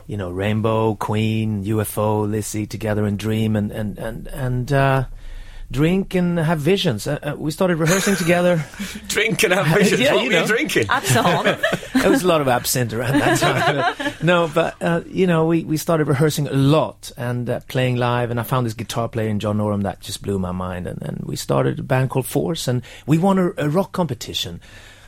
Speaker 8: you know, Rainbow, Queen, UFO, Lissy together and dream and and and and uh, drink and have visions. Uh, uh, we started rehearsing together.
Speaker 3: Drink and have visions.
Speaker 8: Yeah,
Speaker 3: what
Speaker 8: you
Speaker 3: were you
Speaker 8: know.
Speaker 3: drinking?
Speaker 4: Absalom.
Speaker 8: there was a lot of absinthe around that time. no, but uh, you know, we, we started rehearsing a lot and uh, playing live. And I found this guitar player in John Norum that just blew my mind. And, and we started a band called Force, and we won a, a rock competition.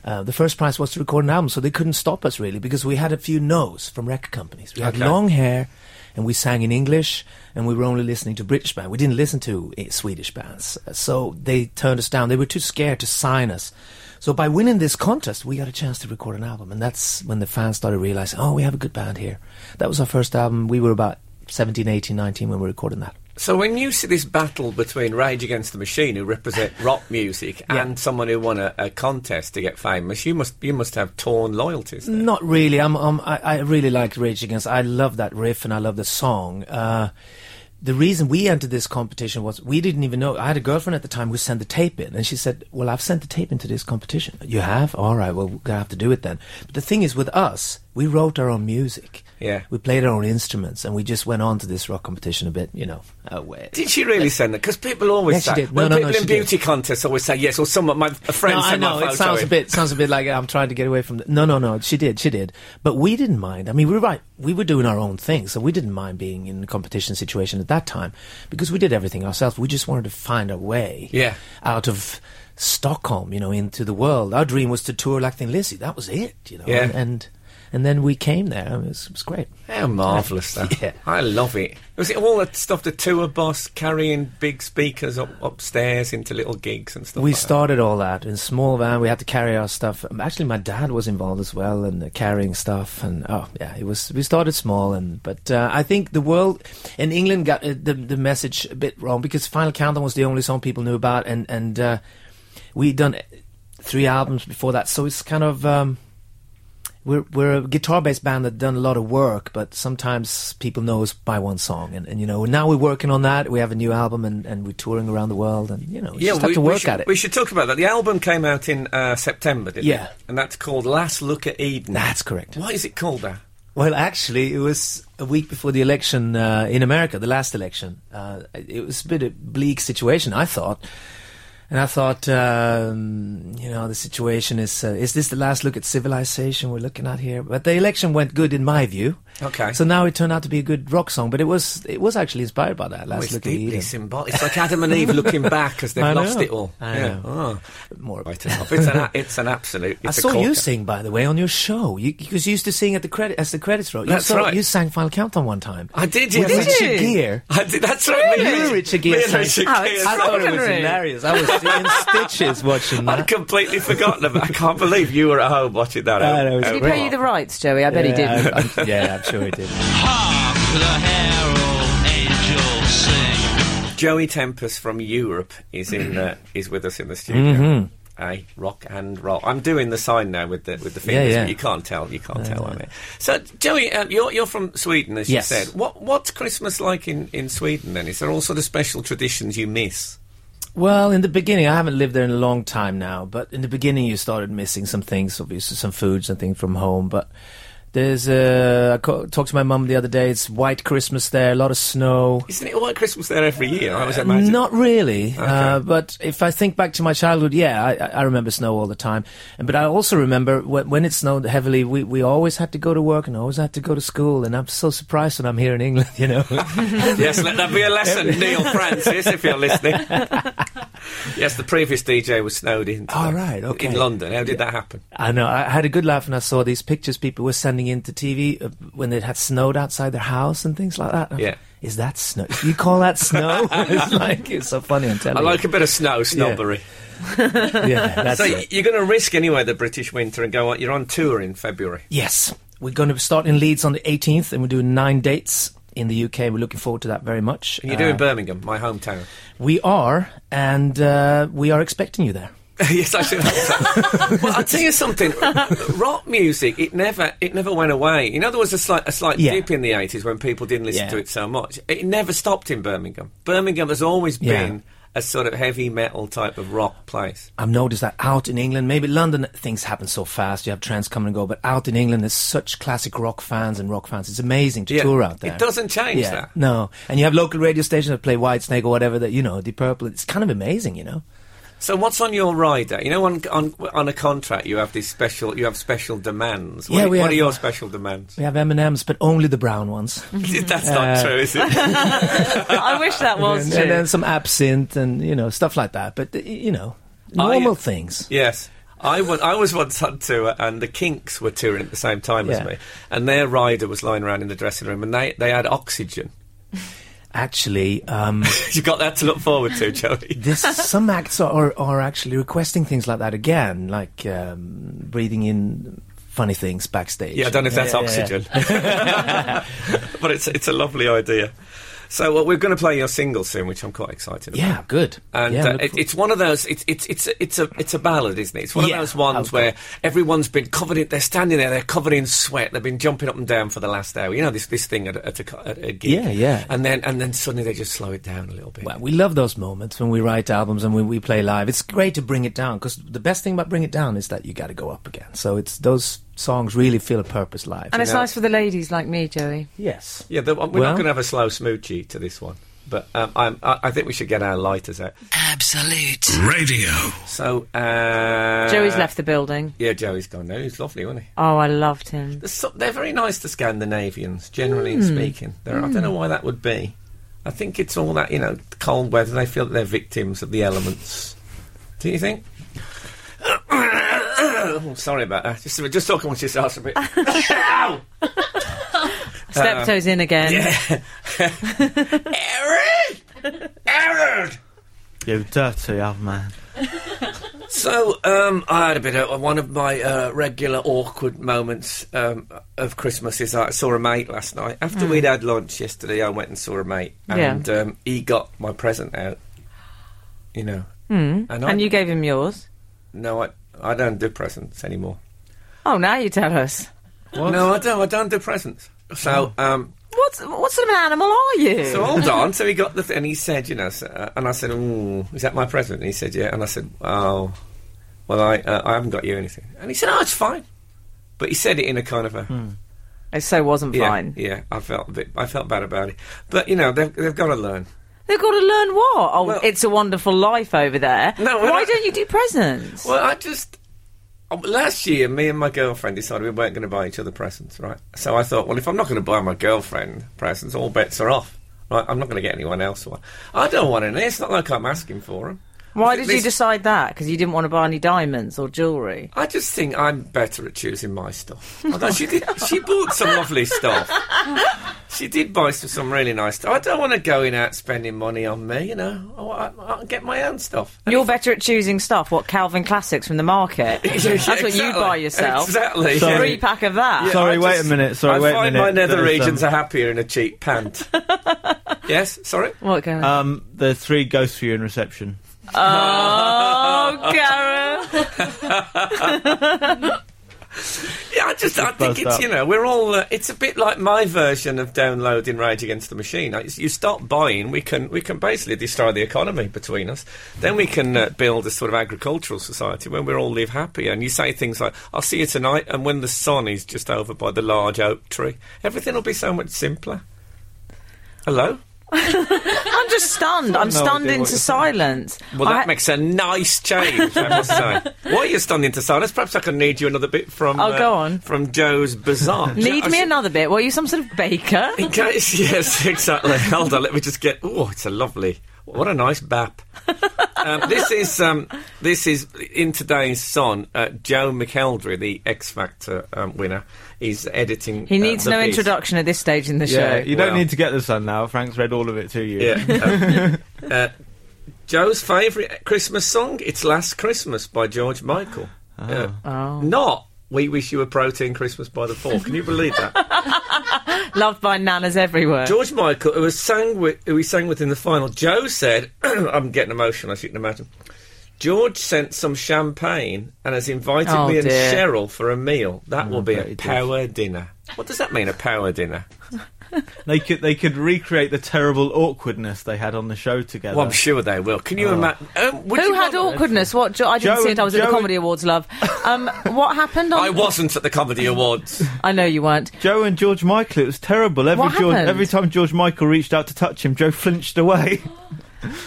Speaker 8: Uh, the first prize was to record an album, so they couldn't stop us really because we had a few no's from record companies. We had
Speaker 3: Okay.
Speaker 8: long hair, and we sang in English, and we were only listening to British bands. We didn't listen to uh, Swedish bands, Uh, so they turned us down. They were too scared to sign us. So by winning this contest, we got a chance to record an album, and that's when the fans started realizing, oh, we have a good band here. That was our first album. We were about 17, 18, 19 when we were recording that.
Speaker 3: So when you see this battle between Rage Against the Machine, who represent rock music, and someone who won a, a contest to get famous, you must you must have torn loyalties. There.
Speaker 8: Not really. I'm, I'm, I, I really like Rage Against. I love that riff and I love the song. Uh, the reason we entered this competition was we didn't even know. I had a girlfriend at the time who sent the tape in, and she said, "Well, I've sent the tape into this competition. You have? All right. Well, we're gonna have to do it then." But the thing is, with us, we wrote our own music.
Speaker 3: Yeah.
Speaker 8: we played our own instruments, and we just went on to this rock competition a bit. You know, uh, where-
Speaker 3: Did she really send that? Because people always
Speaker 8: Yes, she
Speaker 3: say,
Speaker 8: did. No,
Speaker 3: when
Speaker 8: no, no,
Speaker 3: people in
Speaker 8: she did.
Speaker 3: beauty contests always say yes, or someone, my a friend
Speaker 8: No, I
Speaker 3: sent my
Speaker 8: know
Speaker 3: photo
Speaker 8: it sounds a
Speaker 3: in.
Speaker 8: bit sounds a bit like I'm trying to get away from. The, no, no, no. She did, she did. But we didn't mind. I mean, we were right. We were doing our own thing, so we didn't mind being in a competition situation at that time because we did everything ourselves. We just wanted to find a way,
Speaker 3: Yeah.
Speaker 8: out of Stockholm, you know, into the world. Our dream was to tour like Thin Lizzy. That was it, you know.
Speaker 3: Yeah.
Speaker 8: And, and and then we came there. It was, it was great.
Speaker 3: How marvellous that!
Speaker 8: Yeah.
Speaker 3: I love it. Was it all that stuff? The tour bus carrying big speakers up upstairs into little gigs and stuff.
Speaker 8: We
Speaker 3: like that?
Speaker 8: started all that in small van. We had to carry our stuff. Um, Actually, my dad was involved as well and uh, carrying stuff. And oh yeah, it was. We started small, and but uh, I think the world in England got uh, the the message a bit wrong because Final Countdown was the only song people knew about, and and uh, we'd done three albums before that, so it's kind of. Um, we're, we're a guitar-based band that done a lot of work, but sometimes people know us by one song, and, and you know now we're working on that. We have a new album, and, and we're touring around the world, and you know we just have to work
Speaker 3: should,
Speaker 8: at it.
Speaker 3: We should talk about that. The album came out in uh, September, didn't
Speaker 8: Yeah.
Speaker 3: it? And that's called Last Look at Eden.
Speaker 8: That's correct.
Speaker 3: Why is it called that?
Speaker 8: Well, actually, it was a week before the election uh, in America, the last election. Uh, it was a bit of bleak situation, I thought. And I thought, um, you know, the situation is, uh, is this the last look at civilization we're looking at here? But the election went good in my view.
Speaker 3: Okay.
Speaker 8: So now it turned out to be a good rock song, but it was, it was actually inspired by that last
Speaker 3: it's
Speaker 8: look at
Speaker 3: deeply
Speaker 8: Eden.
Speaker 3: symbolic. It's like Adam and Eve looking back as they've
Speaker 8: I
Speaker 3: lost
Speaker 8: know.
Speaker 3: it all.
Speaker 8: I
Speaker 3: yeah.
Speaker 8: know.
Speaker 3: Oh.
Speaker 8: More about
Speaker 3: Right, enough. it's, an, a- it's an absolute. It's
Speaker 8: I
Speaker 3: a
Speaker 8: saw you
Speaker 3: corker.
Speaker 8: sing, by the way, on your show. You, because you used to sing at the credit as the credits roll. You
Speaker 3: That's
Speaker 8: saw-
Speaker 3: right.
Speaker 8: You sang Final Countdown one time.
Speaker 3: I did,
Speaker 8: With
Speaker 3: yes.
Speaker 8: Richard
Speaker 4: you?
Speaker 8: Gere.
Speaker 3: I did, that's right. me and
Speaker 8: You, Richard Gere,
Speaker 3: me and
Speaker 8: sang-
Speaker 3: Richard
Speaker 4: Oh,
Speaker 3: Gere
Speaker 4: it's
Speaker 8: I
Speaker 3: sang.
Speaker 8: thought it was
Speaker 4: Extraordinary.
Speaker 8: hilarious. I was in stitches watching
Speaker 3: I'd
Speaker 8: that.
Speaker 3: completely forgotten about. I can't believe you were at home watching that. Uh,
Speaker 8: I
Speaker 3: out-
Speaker 8: know, it's
Speaker 3: out
Speaker 4: Did he
Speaker 8: great.
Speaker 3: loud.
Speaker 4: pay you the rights, Joey? I bet he
Speaker 8: yeah,
Speaker 4: didn't.
Speaker 8: I'm, I'm- yeah, I'm sure he did.
Speaker 6: Hark, the herald angels sing.
Speaker 8: Mm-hmm.
Speaker 3: Joey Tempest from Europe is in uh, is with us in the studio. a rock and roll. I'm doing the sign now with the with the
Speaker 8: Yeah,
Speaker 3: fingers.
Speaker 8: yeah.
Speaker 3: You can't tell. You can't
Speaker 8: No,
Speaker 3: tell
Speaker 8: no.
Speaker 3: on it. So, Joey, um, you're you're from Sweden, as
Speaker 8: Yes.
Speaker 3: you said. What what's Christmas like in in Sweden? Then is there all sort of special traditions you miss?
Speaker 8: Well, in the beginning, I haven't lived there in a long time now, but in the beginning, you started missing some things, obviously, some food, something from home. But there's, uh, I co- talked to my mum the other day, it's white Christmas there, a lot of snow.
Speaker 3: Isn't it white Christmas there every year? I was imagining.
Speaker 8: Not really, uh, but if I think back to my childhood, yeah, I, I I remember snow all the time. And But I also remember when, when it snowed heavily, we, we always had to go to work and always had to go to school. And I'm so surprised when I'm here in England, you know.
Speaker 3: yes, let that be a lesson, Neil Francis, if you're listening. yes, the previous DJ was snowed in. today.
Speaker 8: All right, okay.
Speaker 3: In London, how did that happen?
Speaker 8: I know. I had a good laugh when I saw these pictures people were sending in to TV uh, when it had snowed outside their house and things like that. I'm
Speaker 3: Yeah.
Speaker 8: like, Is that snow? You call that snow? it's like it's so funny. I'm telling
Speaker 3: I like
Speaker 8: you.
Speaker 3: a bit of snow snobbery.
Speaker 8: Yeah, that's
Speaker 3: So y
Speaker 8: it.
Speaker 3: you're going to risk anyway the British winter and go on. You're on tour in February.
Speaker 8: Yes, we're going to start in Leeds on the 18th, and we're doing nine dates in the UK. We're looking forward to that very much.
Speaker 3: And you're doing
Speaker 8: Uh,
Speaker 3: Birmingham, my hometown.
Speaker 8: we are, and uh, we are expecting you there.
Speaker 3: yes, I should. Hope so. well, I'll tell you something. Rock music, it never, it never went away. You know, there was a slight, a slight
Speaker 8: Yeah.
Speaker 3: dip in the eighties when people didn't listen
Speaker 8: Yeah.
Speaker 3: to it so much. It never stopped in Birmingham. Birmingham has always
Speaker 8: Yeah.
Speaker 3: been a sort of heavy metal type of rock place.
Speaker 8: I've noticed that out in England, maybe London, things happen so fast. You have trends come and go, but out in England, there's such classic rock fans and rock fans. It's amazing to
Speaker 3: Yeah.
Speaker 8: tour out there.
Speaker 3: It doesn't change
Speaker 8: yeah,
Speaker 3: that.
Speaker 8: No, and you have local radio stations that play Whitesnake or whatever that you know, Deep Purple. It's kind of amazing, you know.
Speaker 3: So what's on your rider? You know, on on, on a contract, you have these special, you have special demands. What,
Speaker 8: Yeah,
Speaker 3: are-
Speaker 8: we
Speaker 3: what
Speaker 8: have-
Speaker 3: are your special demands?
Speaker 8: We have M and M's, but only the brown ones, and,
Speaker 3: That's not
Speaker 8: Uh,
Speaker 3: true, is it?
Speaker 4: I wish that was
Speaker 8: and
Speaker 4: true.
Speaker 8: then some absinthe and you know stuff like that. But uh, you know,
Speaker 3: I-
Speaker 8: normal things.
Speaker 3: Yes. I wa- I was once on tour, and the Kinks were touring at the same time as
Speaker 8: Yeah.
Speaker 3: me, and their rider was lying around in the dressing room, and they, they had oxygen.
Speaker 8: Actually, um,
Speaker 3: you got that to look forward to, Joey.
Speaker 8: this some acts are are actually requesting things like that again, like um, breathing in funny things backstage.
Speaker 3: Yeah, I don't know if that's
Speaker 8: Yeah, yeah, yeah.
Speaker 3: oxygen, but it's it's a lovely idea. So well, we're going to play your single soon, which I'm quite excited
Speaker 8: Yeah,
Speaker 3: about.
Speaker 8: good.
Speaker 3: And
Speaker 8: yeah,
Speaker 3: uh,
Speaker 8: look
Speaker 3: it,
Speaker 8: for-
Speaker 3: it's one of those. It's it's it's a, it's a it's a ballad, isn't it? It's one
Speaker 8: Yeah,
Speaker 3: of those
Speaker 8: I
Speaker 3: ones
Speaker 8: would
Speaker 3: where everyone's been covered in. They're standing there. They're covered in sweat. They've been jumping up and down for the last hour. You know this this thing at, a- at, a, co- at a gig.
Speaker 8: Yeah, yeah.
Speaker 3: And then and then suddenly they just slow it down a little bit.
Speaker 8: Well, we love those moments when we write albums and when we play live. It's great to bring it down because the best thing about bring it down is that you got to go up again. So it's those songs really feel a purpose live.
Speaker 4: and it's nice for the ladies like me, Joey.
Speaker 8: yes,
Speaker 3: yeah, the, we're not
Speaker 8: Well-
Speaker 3: going to have a slow smoochie to this one. But um, I'm, I, I think we should get our lighters out.
Speaker 7: Absolute.
Speaker 2: Radio.
Speaker 3: So uh,
Speaker 4: Joey's left the building.
Speaker 3: Yeah, Joey's gone now. He's lovely, wasn't he?
Speaker 4: Oh, I loved him.
Speaker 3: There's so- They're very nice to Scandinavians, generally speaking. They're, I don't know why that would be. I think it's all that, you know, cold weather. They feel that they're victims of the elements. Do you think? Oh, sorry about that. Just, just talking with yourself a bit. Ow!
Speaker 4: Steptoe's in again.
Speaker 3: Aaron! Aaron!
Speaker 5: You dirty old man.
Speaker 3: So, um, I had a bit of one of my uh, regular awkward moments um, of Christmas is I saw a mate last night. After we'd had lunch yesterday, I went and saw a mate, and um, he got my present out. You know, mm. and, I,
Speaker 4: Hmm. And you gave him yours.
Speaker 3: no, I, I don't do presents anymore.
Speaker 4: Oh, now you tell us.
Speaker 3: No, I don't. I don't do presents. So, um,
Speaker 4: What, what sort of an animal are you?
Speaker 3: so hold on. So he got the th- and he said, you know, so, uh, and I said, Ooh, is that my present? And he said, yeah. And I said, oh, well, I uh, I haven't got you anything. And he said, oh, it's fine. But he said it in a kind of a.
Speaker 4: it so wasn't
Speaker 3: Yeah,
Speaker 4: fine.
Speaker 3: Yeah, I felt a bit, I felt bad about it, but you know they've, they've got to learn.
Speaker 4: They've got to learn what? Oh,
Speaker 3: Well-
Speaker 4: it's a wonderful life over there.
Speaker 3: No, we're
Speaker 4: Why
Speaker 3: not-
Speaker 4: don't you do presents?
Speaker 3: Well, I just oh, last year, me and my girlfriend decided we weren't going to buy each other presents, right? So I thought, well, if I'm not going to buy my girlfriend presents, all bets are off. Right, I'm not going to get anyone else one. I don't want any. It's not like I'm asking for them.
Speaker 4: Why did you
Speaker 3: Listen-
Speaker 4: decide that? Because you didn't want to buy any diamonds or jewellery.
Speaker 3: I just think I'm better at choosing my stuff. Although she did, she bought some lovely stuff. She did buy some, some really nice stuff. I don't want to go in out spending money on me, you know. I, wa- I, I get my own stuff.
Speaker 4: You're better at choosing stuff. What Calvin Classics from the market? That's what you
Speaker 3: Exactly.
Speaker 4: buy yourself.
Speaker 3: Exactly.
Speaker 5: Sorry.
Speaker 4: Three pack of that.
Speaker 5: Yeah. Sorry, wait a minute, sorry,
Speaker 3: I
Speaker 5: wait a
Speaker 3: find
Speaker 5: minute.
Speaker 3: my nether
Speaker 5: There's,
Speaker 3: regions
Speaker 5: um,
Speaker 3: are happier in a cheap pant. yes, sorry. Uh.
Speaker 4: What, Gareth?
Speaker 5: Um, the three ghosts for you in reception.
Speaker 4: oh, Gareth.
Speaker 3: Yeah, I just, I think
Speaker 8: buzzed
Speaker 3: it's,
Speaker 8: up.
Speaker 3: you know, we're all, uh, it's a bit like my version of downloading Rage Against the Machine. Like, you stop buying, we can, we can basically destroy the economy between us. Then we can uh, build a sort of agricultural society where we all live happy. And you say things like, I'll see you tonight, and when the sun is just over by the large oak tree, everything will be so much simpler. Hello?
Speaker 4: I'm just stunned. I'm
Speaker 3: no
Speaker 4: stunned
Speaker 3: idea what
Speaker 4: into
Speaker 3: you're saying.
Speaker 4: silence.
Speaker 3: Well, that
Speaker 4: I-
Speaker 3: makes a nice change, I must say. Why are you standing to silence? Perhaps I can need you another bit from. uh,
Speaker 4: Oh, go on.
Speaker 3: From Joe's Bazaar.
Speaker 4: Need
Speaker 3: I
Speaker 4: me
Speaker 3: should-
Speaker 4: another bit. Were you some sort of baker?
Speaker 3: In case, yes, exactly. Hold on, let me just get. Oh, it's a lovely. What a nice bap. um, this is um, this is in today's son. Uh, Joe McKeldry, the X Factor um, winner, is editing.
Speaker 4: He
Speaker 3: uh,
Speaker 4: needs
Speaker 3: the
Speaker 4: no
Speaker 3: piece.
Speaker 4: introduction at this stage in the
Speaker 5: Yeah,
Speaker 4: show.
Speaker 5: you don't
Speaker 3: Wow.
Speaker 5: need to get the sun now. Frank's read all of it to you.
Speaker 3: Yeah. um, uh, Joe's favourite Christmas song? It's Last Christmas by George Michael.
Speaker 5: Ah.
Speaker 3: Uh,
Speaker 4: Oh.
Speaker 3: Not We Wish You a Protein Christmas by the Fall. Can you believe that?
Speaker 4: Loved by nanas everywhere.
Speaker 3: George Michael, who was sang with, who he sang with in the final, Joe said, "I'm getting emotional. I shouldn't imagine." George sent some champagne and has invited
Speaker 4: Oh,
Speaker 3: me and
Speaker 4: dear.
Speaker 3: Cheryl for a meal. That will be
Speaker 5: Oh, bet he
Speaker 3: a
Speaker 5: did.
Speaker 3: power dinner. What does that mean? A power dinner?
Speaker 5: They could they could recreate the terrible awkwardness they had on the show together.
Speaker 3: Well, I'm sure they will. Can
Speaker 5: Oh.
Speaker 3: you imagine? Um, would
Speaker 4: Who
Speaker 3: you
Speaker 4: had
Speaker 3: want-
Speaker 4: awkwardness? What? Jo- I didn't
Speaker 5: Joe
Speaker 4: see it.
Speaker 5: and-
Speaker 4: I was at
Speaker 5: Joe
Speaker 4: the
Speaker 5: and-
Speaker 4: Comedy Awards, love. Um, what happened? On-
Speaker 3: I wasn't at the comedy awards.
Speaker 4: I know you weren't.
Speaker 5: Joe and George Michael, it was terrible. Every
Speaker 4: What
Speaker 5: George,
Speaker 4: happened?
Speaker 5: every time George Michael reached out to touch him, Joe flinched away.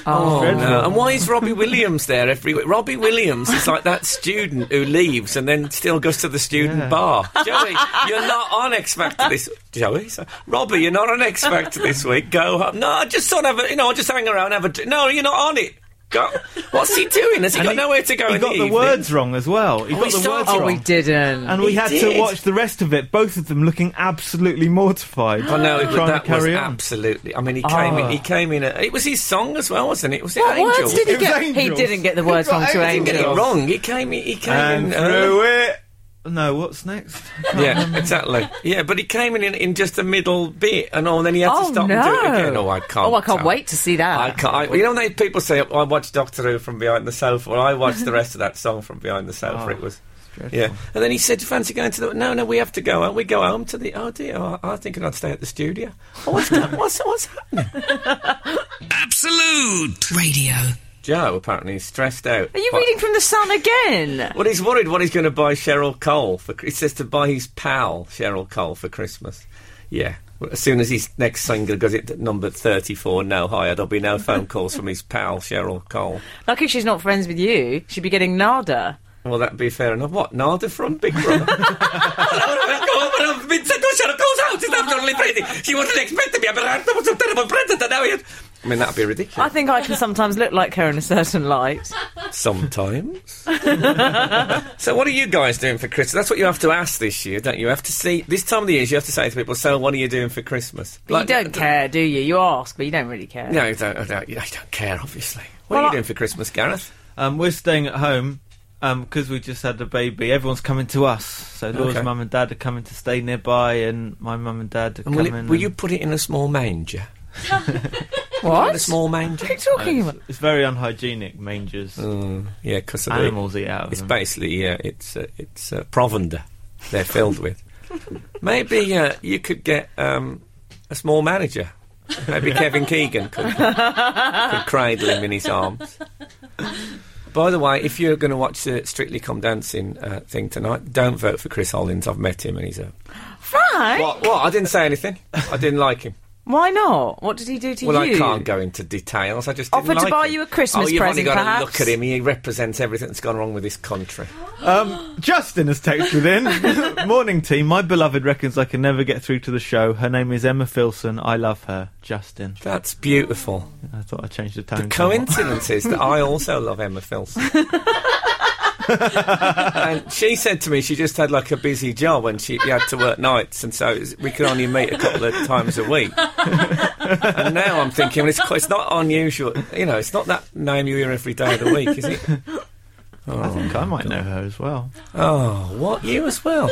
Speaker 4: Oh,
Speaker 5: Dreadful.
Speaker 3: No. Uh, And why is Robbie Williams there every week? Robbie Williams is like that student who leaves and then still goes to the student
Speaker 5: Yeah.
Speaker 3: bar. Joey, you're not on X Factor this. Joey, so- Robbie, you're not on X Factor this week. Go home. No, I just sort of have a, you know, I just hang around, have a. dr- No, you're not on it. Go. What's he doing? Has he got
Speaker 5: he-
Speaker 3: nowhere to go?
Speaker 5: He
Speaker 3: in
Speaker 5: got the
Speaker 3: evening?
Speaker 5: words wrong as well. He got
Speaker 3: he
Speaker 5: the words
Speaker 3: started-
Speaker 4: oh, we
Speaker 5: wrong.
Speaker 4: didn't.
Speaker 5: And we
Speaker 3: He
Speaker 5: had
Speaker 3: did.
Speaker 5: to watch the rest of it, both of them looking absolutely mortified.
Speaker 3: Oh no! it-
Speaker 5: trying
Speaker 3: That
Speaker 5: to carry
Speaker 3: was
Speaker 5: on. Ah.
Speaker 3: absolutely. I mean, he came. In, he came in. A, it was his song as well, wasn't it? Was it
Speaker 4: what
Speaker 3: Angel?
Speaker 4: words did he
Speaker 5: It was
Speaker 4: get? He
Speaker 5: Angels.
Speaker 4: didn't get the words
Speaker 5: He got
Speaker 4: wrong to
Speaker 5: Angels.
Speaker 3: Didn't get it
Speaker 4: Angel.
Speaker 3: wrong. He came. in- He came
Speaker 5: and
Speaker 3: in. early.
Speaker 5: through it. No, what's next?
Speaker 4: Um,
Speaker 3: Yeah, exactly. Yeah, but he came in, in in just the middle bit, and all, and then he had
Speaker 4: Oh
Speaker 3: to stop
Speaker 4: no!
Speaker 3: and do it again. Oh, I can't.
Speaker 4: Oh, I can't
Speaker 3: tell.
Speaker 4: wait to see that.
Speaker 3: I can't. I, you know, when they, people say "Oh, I watched Doctor Who from behind the sofa. Well, I watched the rest of that song from behind the sofa.
Speaker 5: Oh,
Speaker 3: it was.
Speaker 5: dreadful.
Speaker 3: Yeah, and then he said, "Do you fancy going to the?" No, no, we have to go. home. We go home to the. Oh dear, oh, I, I think I'd stay at the studio. Oh, what's that? What's what's happening?
Speaker 2: Absolute.
Speaker 7: Radio.
Speaker 3: Joe apparently is stressed out.
Speaker 4: Are you
Speaker 3: But-
Speaker 4: reading from the Sun again?
Speaker 3: Well, he's worried what he's going to buy Cheryl Cole for. He says to buy his pal Cheryl Cole for Christmas. Yeah. Well, As soon as his next single goes at number 34, no higher, there'll be no phone calls from his pal Cheryl Cole.
Speaker 4: Lucky she's not friends with you. She'd be getting nada.
Speaker 3: Well, that'd be fair enough. What? Nada from Big Brother? I've been sent to Cheryl Cole's house. It's absolutely crazy. She wasn't expecting me. I've been that was a terrible present. And now he has- I mean, that'd be
Speaker 4: I
Speaker 3: ridiculous.
Speaker 4: think I can sometimes look like her in a certain light.
Speaker 3: Sometimes. so, what are you guys doing for Christmas? That's what you have to ask this year, don't you? You have to see, this time of the year, you have to say to people, So, what are you doing for Christmas?
Speaker 4: But you don't care, do you? You ask, but you don't really care.
Speaker 3: No, I don't, I don't, I don't care, obviously. What are
Speaker 4: Well,
Speaker 3: you
Speaker 4: I-
Speaker 3: doing for Christmas, Gareth?
Speaker 5: Um, we're staying at home because we just had a baby. Everyone's coming to us. So Laura's
Speaker 3: Okay.
Speaker 5: mum and dad are coming to stay nearby, and my mum and dad are
Speaker 3: And will,
Speaker 5: coming.
Speaker 3: it, will
Speaker 5: and-
Speaker 3: you put it in a small manger?
Speaker 4: What?
Speaker 3: A small manger?
Speaker 4: What are you
Speaker 3: uh,
Speaker 4: talking about?
Speaker 5: It's very unhygienic mangers.
Speaker 3: Mm, yeah, because
Speaker 5: Animals eat out of
Speaker 3: It's
Speaker 4: Mm-hmm.
Speaker 5: them.
Speaker 3: basically yeah, it's uh, it's uh, provender. They're filled with. Maybe uh, you could get um, a small manager. Maybe Kevin Keegan could, could cradle him in his arms. By the way, if you're going to watch the Strictly Come Dancing uh, thing tonight, don't vote for Chris Hollins. I've met him and he's a.
Speaker 4: Frank?
Speaker 3: What? What? I didn't say anything. I didn't like him.
Speaker 4: Why not? What did he do to
Speaker 3: Well,
Speaker 4: you?
Speaker 3: I can't go into details. I just didn't
Speaker 4: Offered to
Speaker 3: like
Speaker 4: buy
Speaker 3: him.
Speaker 4: you a Christmas
Speaker 3: oh, you've
Speaker 4: present,
Speaker 3: only got
Speaker 4: perhaps?
Speaker 3: to look at him. He represents everything that's gone wrong with this country.
Speaker 5: Um, Justin has texted in. Morning team, my beloved reckons I can never get through to the show. Her name is Emma Filson. I love her. Justin.
Speaker 3: That's beautiful.
Speaker 5: I thought I changed the tone.
Speaker 3: The
Speaker 5: somewhat.
Speaker 3: coincidence is that I also love Emma Filson. and she said to me she just had like a busy job and she had to work nights, and so it was- we could only meet a couple of times a week. and now I'm thinking, well, it's, quite- it's not unusual, you know, it's not that name you hear every day of the week, is it?
Speaker 5: I think I might know her as well.
Speaker 3: Oh, what you as well?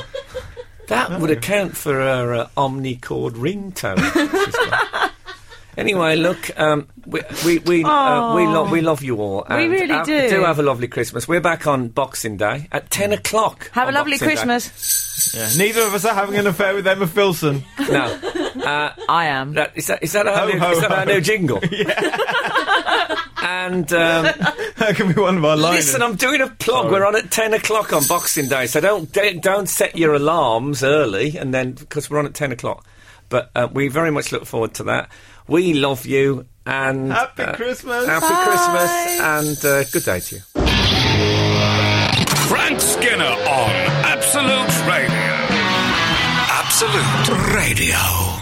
Speaker 3: That would account for her uh, omnicord ringtone. she's got. Anyway, look, um, we we we, uh, we, lo- we love you all. And
Speaker 4: really
Speaker 3: have-
Speaker 4: do. Mm.
Speaker 3: Do have a lovely Christmas. We're back on Boxing Day at ten o'clock.
Speaker 4: Have a
Speaker 3: on
Speaker 4: lovely
Speaker 3: Boxing Day.
Speaker 4: Christmas.
Speaker 5: Yeah. Neither of us are having an affair with Emma Filson.
Speaker 3: No,
Speaker 4: I am.
Speaker 3: that, is that is that our,
Speaker 5: Ho,
Speaker 3: new,
Speaker 5: ho,
Speaker 3: is that our
Speaker 5: ho.
Speaker 3: new jingle? and um,
Speaker 5: That can be one of our lines.
Speaker 3: listen, I'm doing a plug. We're on at ten o'clock on Boxing Day, so don't don't, don't set your alarms early, and then because we're on at ten o'clock. But uh, we very much look forward to that. We love you and
Speaker 5: Happy
Speaker 3: uh,
Speaker 5: Christmas.
Speaker 3: Happy Christmas and uh, good day to you.
Speaker 2: Frank Skinner on Absolute Radio. Absolute Radio.